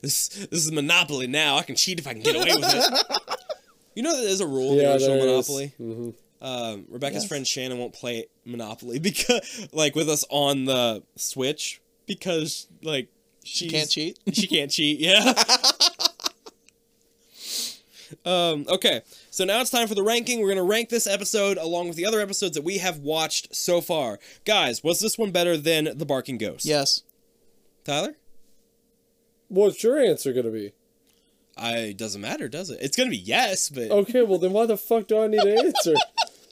S2: This this is Monopoly now. I can cheat if I can get away with it. You know that there's a rule in
S3: Yeah,
S2: the original
S3: there is.
S2: Monopoly. Um, Rebecca's
S1: Yes.
S2: friend Shannon won't play Monopoly because, like, with us on the Switch because, like, she
S1: Can't cheat.
S2: She can't cheat. Yeah. um. Okay. So now it's time for the ranking. We're gonna rank this episode along with the other episodes that we have watched so far. Guys, was this one better than the Barking Ghost?
S1: Yes.
S2: Tyler.
S3: What's your answer gonna be?
S2: I doesn't matter, does it? It's gonna be yes, but
S3: Okay, well then why the fuck do I need an answer?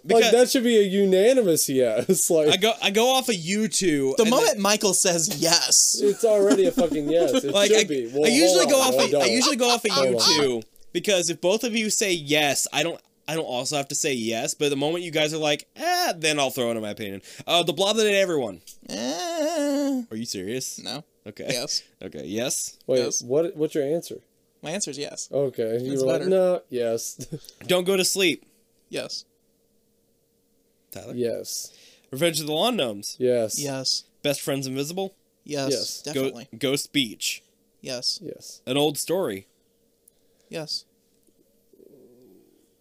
S2: Because-
S3: like that should be a unanimous yes. Like
S2: I go I go off of you two.
S1: The
S2: and
S1: moment
S2: then-
S1: Michael says yes,
S3: it's already a fucking yes. It
S2: like
S3: should
S2: I,
S3: be.
S2: I
S3: Well,
S2: usually
S3: hold
S2: go
S3: on,
S2: off
S3: no,
S2: of, I
S3: don't.
S2: usually go off of you
S3: Hold on.
S2: two because if both of you say yes, I don't I don't also have to say yes. But the moment you guys are like, eh, then I'll throw in my opinion. Uh, the blob that ate everyone.
S1: eh,
S2: Are you serious?
S1: no.
S2: Okay.
S1: Yes.
S2: Okay. Yes.
S3: Wait,
S1: Yes.
S3: what? What's your answer?
S1: My answer is yes.
S3: Okay, you
S1: That's
S3: were like,
S1: better.
S3: no, yes,
S2: Don't go to sleep.
S1: Yes.
S2: Tyler.
S3: yes,
S2: Revenge of the Lawn Gnomes.
S3: yes,
S1: Yes.
S2: Best Friends Invisible.
S1: Yes.
S3: Yes.
S2: Go-
S1: Definitely.
S2: Ghost Beach.
S1: Yes.
S3: yes,
S2: An old story.
S1: Yes.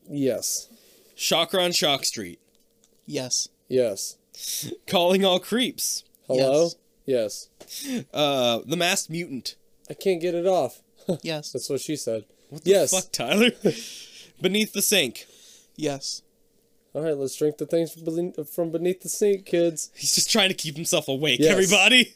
S3: yes,
S2: Shocker on Shock Street.
S1: Yes.
S3: yes.
S2: Calling all creeps.
S3: Hello, yes.
S2: Uh, the Masked Mutant.
S3: I can't get it off.
S1: Yes.
S3: That's what she said.
S2: What the
S3: yes.
S2: fuck, Tyler? Beneath the sink.
S1: Yes.
S3: All right, let's drink the things from beneath, from beneath the sink, kids.
S2: He's just trying to keep himself awake,
S3: Yes.
S2: everybody.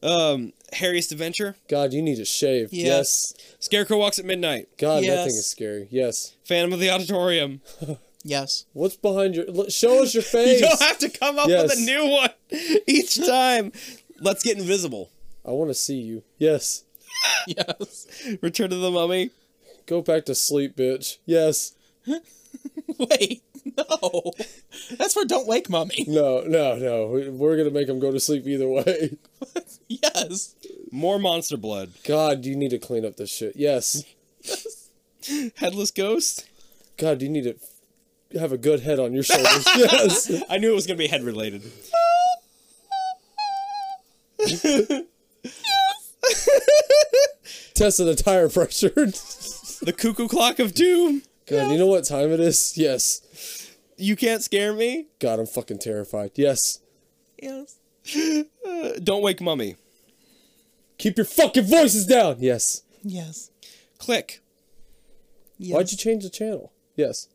S2: Um, Harriest Adventure.
S3: God, you need to shave.
S1: Yes.
S3: Yes.
S2: Scarecrow Walks at Midnight.
S3: God, that
S1: Yes.
S3: thing is scary. Yes.
S2: Phantom of the Auditorium.
S1: Yes.
S3: What's behind your? Look, show us your face.
S2: You don't have to come up with
S3: Yes.
S2: a new one each time. Let's get invisible.
S3: I want to see you. Yes.
S1: Yes.
S2: Return to the Mummy.
S3: Go back to sleep, bitch. Yes.
S1: Wait. No. That's for don't wake mommy.
S3: No, no, no. We- We're gonna make him go to sleep either way.
S1: Yes.
S2: More Monster Blood.
S3: God, you need to clean up this shit. Yes.
S2: Headless Ghost.
S3: God, you need to f- have a good head on your shoulders. yes.
S2: I knew it was going to be head related.
S3: Tested the tire pressure. God,
S2: The Cuckoo Clock of Doom.
S3: you know what time it is? Yes.
S2: You Can't Scare Me.
S3: God, I'm fucking terrified. Yes.
S1: Yes.
S2: Uh, Don't Wake Mummy.
S3: Keep your fucking voices down. Yes.
S1: Yes.
S2: Click.
S1: Yes.
S3: Why'd you change the channel? Yes.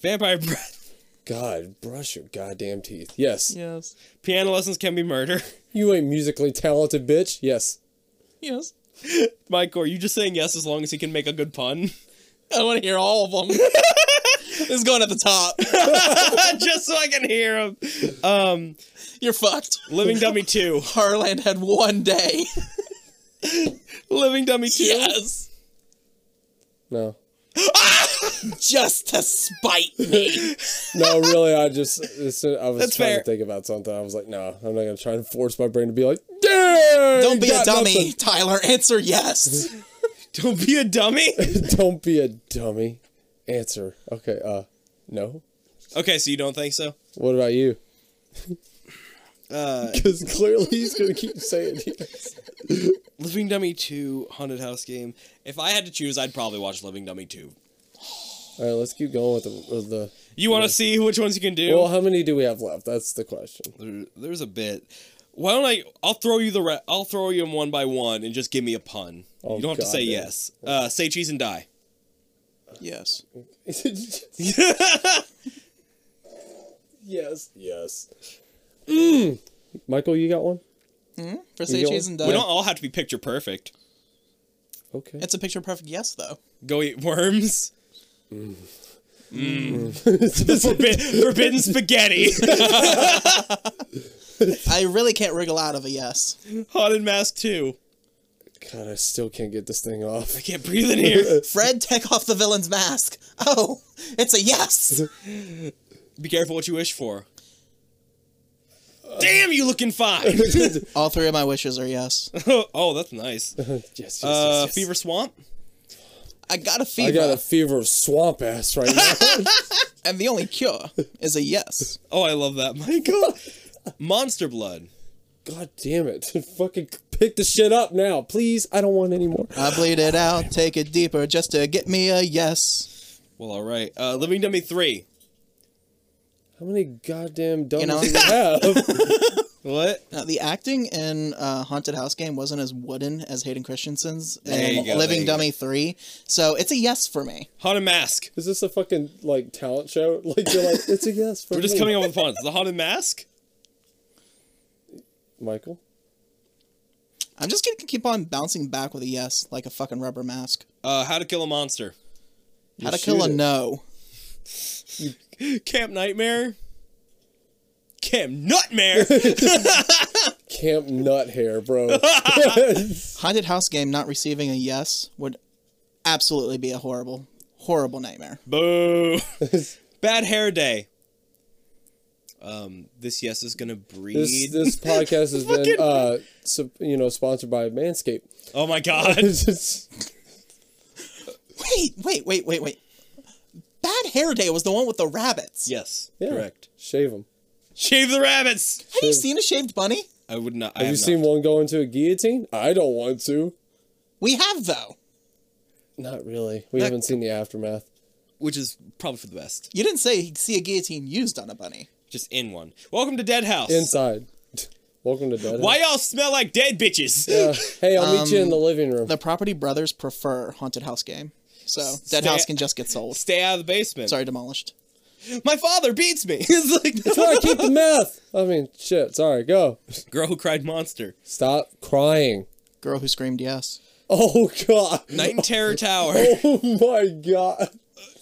S2: Vampire Breath.
S3: God, brush your goddamn teeth. Yes.
S1: Yes.
S2: Piano Lessons Can Be Murder.
S3: You ain't musically talented, bitch. Yes.
S1: Yes.
S2: Mike, are you just saying yes as long as he can make a good pun?
S1: I want to hear all of them. this is going at the top.
S2: just so I can hear him.
S1: You're fucked.
S2: Living Dummy 2.
S1: Harland had one day.
S2: Living Dummy 2.
S1: Yes.
S3: No.
S1: Just to spite me.
S3: No, really, I just it's, I was
S2: That's
S3: trying
S2: fair.
S3: to think about something. I was like, no, I'm not gonna try and force my brain to be like, yeah,
S1: Don't
S3: you
S1: be a
S3: got
S1: dummy,
S3: nothing."
S1: Tyler. Answer yes.
S2: Don't be a dummy.
S3: Don't be a dummy. Answer. Okay. Uh, no.
S2: okay, so you don't think so?
S3: What about you?
S2: Uh,
S3: Because clearly he's gonna keep saying yes.
S2: Living Dummy 2 haunted house game. If I had to choose, I'd probably watch Living Dummy 2.
S3: All right, let's keep going with the, with the.
S2: You want to see which ones you can do?
S3: Well, how many do we have left? That's the question.
S2: there, there's a bit. Why don't I? I'll throw you the. Re- I'll throw you them one by one, and just give me a pun.
S3: Oh,
S2: you don't have to
S3: God,
S2: say
S3: dude.
S2: yes. Uh, say cheese and die.
S1: Yes.
S3: yes. Yes. Mm. Michael, you got one?
S1: For say
S3: don't-
S1: cheese and
S2: we
S1: die.
S2: don't all have to be picture perfect.
S3: Okay.
S1: It's a picture perfect yes though.
S2: Go eat worms. Mm. the forbid- forbidden spaghetti.
S1: I really can't wriggle out of a yes.
S2: Haunted Mask 2.
S3: God, I still can't get this thing off.
S2: I can't breathe in here.
S1: Fred, take off the villain's mask. Oh, it's a yes.
S2: Be careful what you wish for. Damn, you looking fine.
S1: All three of my wishes are yes.
S2: oh, that's nice.
S3: Yes,
S2: Uh,
S3: yes, yes, yes.
S2: Fever Swamp?
S1: I got a
S3: I
S1: fever,
S3: got a fever of swamp ass right now.
S1: and the only cure is a yes.
S2: Oh, I love that. My God. Monster Blood.
S3: God damn it. Fucking pick the shit up now, please. I don't want any more.
S1: I bleed it out, take it deeper, just to get me a yes.
S2: Well, all right. Uh, Living Dummy 3.
S3: How many goddamn dummies
S1: know-
S3: do you have?
S2: What?
S1: Now, the acting in uh, Haunted House Game wasn't as wooden as Hayden Christensen's
S2: There you
S1: in
S2: go, there
S1: Living
S2: you go.
S1: Dummy 3, so it's a yes for me.
S2: Haunted Mask.
S3: Is this a fucking like talent show? Like you're like, it's a yes for
S2: We're just
S3: me.
S2: coming up with puns. The Haunted Mask?
S3: Michael?
S1: I'm just gonna keep on bouncing back with a yes, like a fucking rubber mask.
S2: Uh, How to Kill a Monster.
S1: How to
S3: shoot
S1: kill a
S3: it.
S1: no.
S2: Camp Nightmare? Camp Nightmare.
S3: Camp Nut Hair, bro.
S1: Haunted House Game not receiving a yes would absolutely be a horrible, horrible nightmare.
S2: Boo. Bad hair day. Um, this yes is gonna breed.
S3: this this podcast has been uh so, you know sponsored by Manscaped.
S2: oh my god.
S3: It's just-
S1: Wait, wait, wait, wait, wait. Bad Hair Day was the one with the rabbits.
S2: yes,
S3: yeah,
S2: correct.
S3: Shave them.
S2: Shave the rabbits.
S1: Have you seen a shaved bunny?
S2: I would not. I
S3: Have you seen
S2: Not.
S3: one go into a guillotine? I don't want to.
S1: We have though.
S3: Not really. We
S2: That-
S3: haven't seen the aftermath.
S2: Which is probably for the best.
S1: You didn't say you see a guillotine used on a bunny.
S2: Just in one. Welcome to Dead House.
S3: Inside. Welcome to Dead.
S2: Why y'all smell like dead bitches?
S3: House. Yeah. Hey, I'll meet you in the living room.
S1: The property brothers prefer haunted house game, so dead
S2: Stay-
S1: house can just get sold.
S2: Stay out of the basement.
S1: Sorry, demolished.
S2: My father beats me. it's like
S3: That's why I keep the meth. I mean, shit. Sorry, go.
S2: girl who cried monster.
S3: Stop crying.
S1: Girl who screamed yes.
S3: Oh god.
S2: Night in Terror Tower.
S3: Oh my god.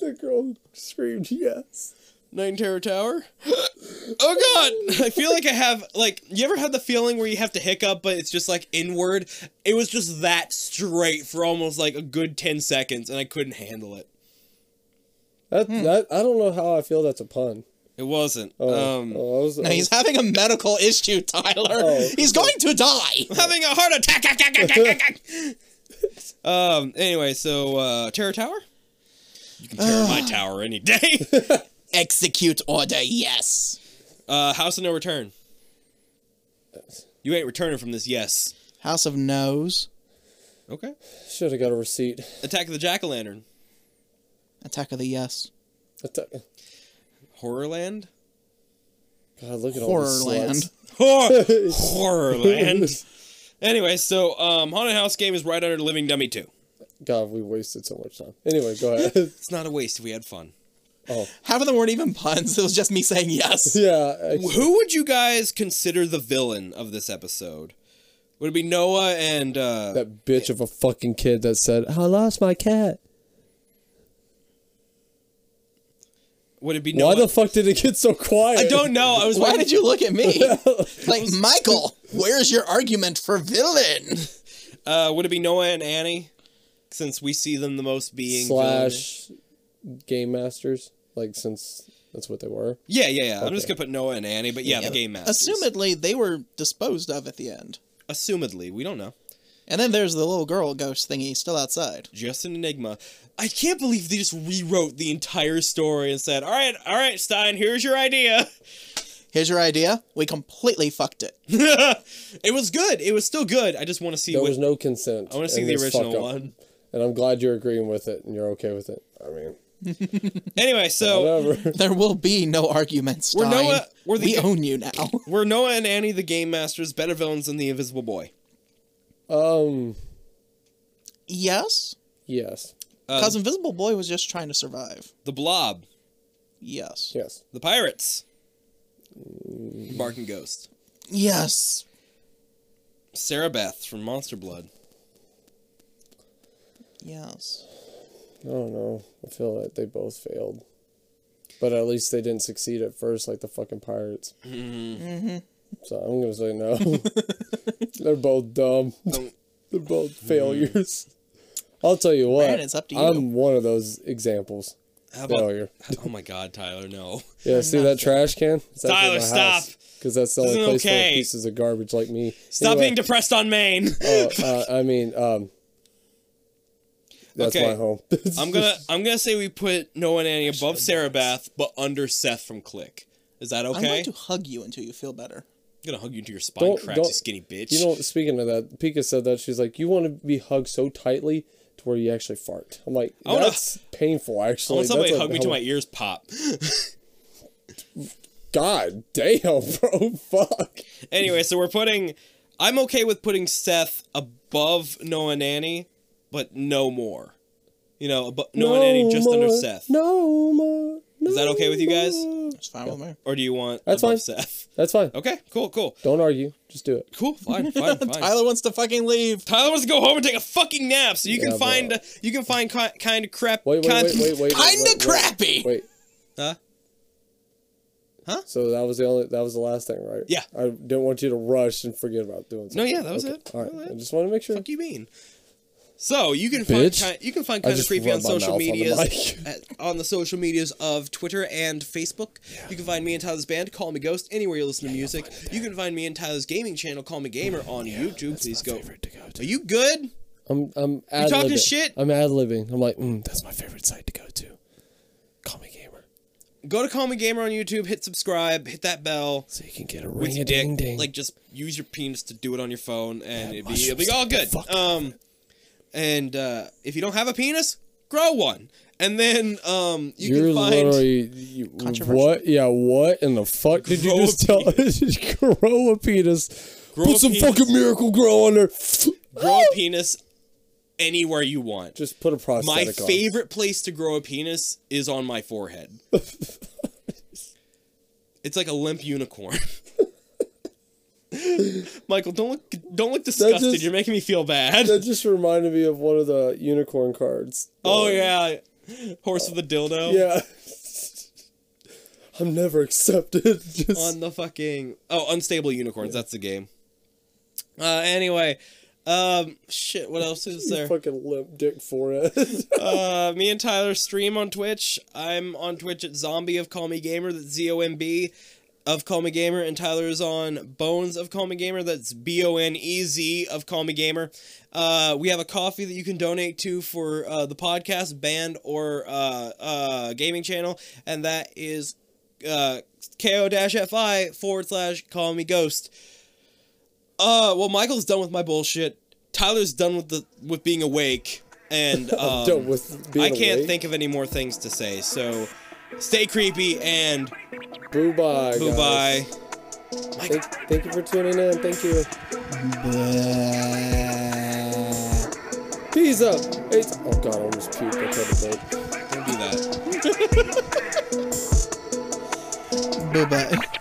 S3: The girl screamed yes.
S2: Night in Terror Tower. oh god, I feel like I have like you ever had the feeling where you have to hiccup, but it's just like inward. It was just that straight for almost like a good ten seconds, and I couldn't handle it.
S3: That, that I don't know how I feel. That's a pun.
S2: It wasn't.
S3: Oh,
S2: um,
S3: oh, I was, I
S1: Now he's
S3: was-
S1: having a medical issue, Tyler.
S3: Oh.
S1: He's going to die.
S2: having a heart attack. um. Anyway, so uh, Terror Tower. You can tear my tower any day.
S1: Execute order yes.
S2: uh, House of No Return. You ain't returning from this. Yes.
S1: House of Noes.
S2: Okay.
S3: should have got a receipt.
S2: Attack of the Jack o' Lantern.
S1: Attack of the yes.
S3: What the-
S2: Horrorland.
S3: God, look at all these
S1: Horrorland.
S3: Oh, sluts.
S2: Hor- Horrorland. anyway, so um, Haunted House game is right under Living Dummy 2.
S3: God, we wasted so much time. Anyway, go ahead.
S2: It's not a waste if we had fun.
S3: oh,
S1: Half of them weren't even puns. It was just me saying yes.
S3: yeah. actually-
S2: Who would you guys consider the villain of this episode? Would it be Noah and uh,
S3: That bitch of a fucking kid that said, "I lost my cat."
S2: would it be
S3: Why
S2: Noah?
S3: the fuck did it get so quiet?
S2: I don't know. I was
S1: Why
S2: waiting-
S1: did you look at me? like, Michael, where's your argument for villain?
S2: Uh, would it be Noah and Annie? Since we see them the most being villainous.
S3: slash game masters. Like since that's what they were.
S2: Yeah, yeah, yeah. I'm just gonna put Noah and Annie, but yeah, the game masters.
S1: Assumedly, they were disposed of at the end.
S2: Assumedly, we don't know.
S1: And then there's the little girl ghost thingy still outside.
S2: just an enigma. I can't believe they just rewrote the entire story and said, "All right, all right, Stein, here's your idea."
S1: Here's your idea. We completely fucked it.
S2: it was good. It was still good. I just want to see.
S3: There
S2: What,
S3: was no consent.
S2: I want to see
S3: in
S2: the
S3: this fuck
S2: original
S3: up.
S2: one.
S3: And I'm glad you're agreeing with it and you're okay with it. I mean,
S2: Anyway, so
S3: Whatever.
S1: There will be no arguments.
S2: We're
S1: We're
S2: Noah- we're the-
S1: we own you now.
S2: we're Noah and Annie, the game masters, better villains than the Invisible Boy.
S3: um.
S1: yes,
S3: Yes.
S2: Uh,
S1: because Invisible Boy was just trying to survive.
S2: The Blob,
S1: Yes.
S3: Yes.
S2: the Pirates, Barking Ghost,
S1: Yes.
S2: Sarah Beth from Monster Blood.
S1: Yes.
S3: I don't know. I feel like they both failed. But at least they didn't succeed at first, like the fucking pirates.
S1: Mm-hmm.
S3: Mm-hmm. So I'm gonna say no. They're both dumb.
S2: Don't- Mm-hmm.
S3: They're both failures. I'll tell you what.
S1: Brandon, it's up to you.
S3: I'm one of those examples.
S2: How about?
S3: Failure.
S2: Oh my God, Tyler, no.
S3: Yeah, see that trash can? It's
S2: Tyler, stop.
S3: Because that's the
S2: This
S3: only
S2: isn't
S3: place
S2: okay.
S3: for pieces of garbage like me.
S2: Stop
S3: Anyway,
S2: being depressed on Maine.
S3: oh, uh, I mean, um, that's
S2: Okay.
S3: my home.
S2: I'm gonna I'm gonna say we put Noah and Annie above Sarah Beth, but under Seth from Click. Is that
S1: I'm
S2: okay?
S1: going to hug you until you feel better.
S2: I'm gonna hug you to your spine
S3: Don't-
S2: cracks, you
S3: don't-
S2: skinny bitch.
S3: You know, speaking of that, Pika said that she's like, you want to be hugged so tightly to where you actually fart. I'm like,
S2: wanna-
S3: that's painful.
S2: I
S3: Actually,
S2: want somebody to
S3: That's
S2: hug
S3: a-
S2: me till my ears pop.
S3: God damn, bro, fuck.
S2: anyway, so we're putting. I'm okay with putting Seth above Noah and Annie, but no more. You know, above Noah and Annie just under
S3: more,
S2: Seth.
S3: No more.
S2: Is that
S3: no
S2: okay with you guys?
S3: more.
S1: It's fine with me.
S2: Or do you want
S3: That's
S2: above
S3: fine.
S2: Seth?
S3: That's fine.
S2: Okay, cool, cool,
S3: Don't argue. Just do it.
S2: cool. Fine, fine, fine.
S1: Tyler wants to fucking leave.
S2: Tyler wants to go home and take a fucking nap, so you
S3: Yeah,
S2: can
S3: bro.
S2: find uh, you can find ki- kind of crap.
S3: Wait, wait,
S2: kind-
S3: wait, wait, wait.
S1: Kinda
S3: wait, wait,
S1: crappy.
S3: Wait. wait.
S2: Huh?
S3: So that was the only that was the last thing, right?
S2: Yeah.
S3: I didn't want you to rush and forget about doing.
S2: No,
S3: Something.
S2: yeah, that was
S3: Okay.
S2: it.
S3: All right.
S2: That was
S3: I
S2: it.
S3: just want to make sure.
S2: Fuck you mean? So you can
S3: Bitch.
S2: find ki- you can find
S3: I
S2: kind of
S3: just
S2: creepy
S3: rubbed
S2: on
S3: my
S2: social
S3: mouth on the
S2: medias
S3: mic.
S2: at- on the social medias of Twitter and Facebook. You can find me and Tyler's band, Call Me Ghost, anywhere you listen to music. You can find me and Tyler's gaming channel, Call Me Gamer, on YouTube. Please go. Are you good?
S3: I'm I'm ad
S2: talking shit?
S3: I'm ad libbing. I'm like, mm, that's my favorite site to go to. Call me gamer,
S2: Go to Call Me Gamer on YouTube. Hit subscribe. Hit that bell.
S3: so you can get a
S2: With
S3: ring a
S2: your
S3: ding
S2: dick,
S3: ding.
S2: like just use your penis to do it on your phone, and it'd be,
S3: mushrooms
S2: it'd be all
S3: take the
S2: good.
S3: fuck out of
S2: Um, and uh, if you don't have a penis, grow one, and then um, you
S3: are
S2: can find.
S3: literally you,
S1: Controversial.
S3: what? Yeah, what in the fuck did
S2: Grow a
S3: you just tell? grow a penis.
S2: Grow
S3: Put
S2: a
S3: some
S2: penis.
S3: fucking miracle grow on there.
S2: grow a penis anywhere you want.
S3: Just put a
S2: my
S3: prosthetic on.
S2: favorite place to grow a penis is on my forehead. it's like a limp unicorn. Michael, don't look don't look disgusted.
S3: just-
S2: You're making me feel bad.
S3: That just reminded me of one of the unicorn cards.
S2: Oh yeah. Horse with a dildo.
S3: Yeah. I'm never accepted. Just
S2: On the fucking Oh, Unstable Unicorns, that's the game. Uh anyway. Um shit, what else is there?
S3: fucking limp dick forehead.
S2: uh, me and Tyler stream on Twitch. I'm on Twitch at Zombie of Call Me Gamer. That's Z O M B of Call Me Gamer, and Tyler is on Bones of Call Me Gamer. That's B O N E Z of Call Me Gamer. Uh, we have a coffee that you can donate to for uh, the podcast, band, or uh, uh, gaming channel, and that is uh, ko-fi forward slash call me ghost. Uh, well, Michael's done with my bullshit. Tyler's done with the with being awake, and um,
S3: Done with being
S2: I can't
S3: awake.
S2: think of any more things to say. So, stay creepy and
S3: Boo bye.
S2: boo bye.
S3: Thank, thank you for tuning in. Thank you. Peace up. It's, oh god, I almost puked. I tried to break.
S2: Don't do that.
S1: Bye bye.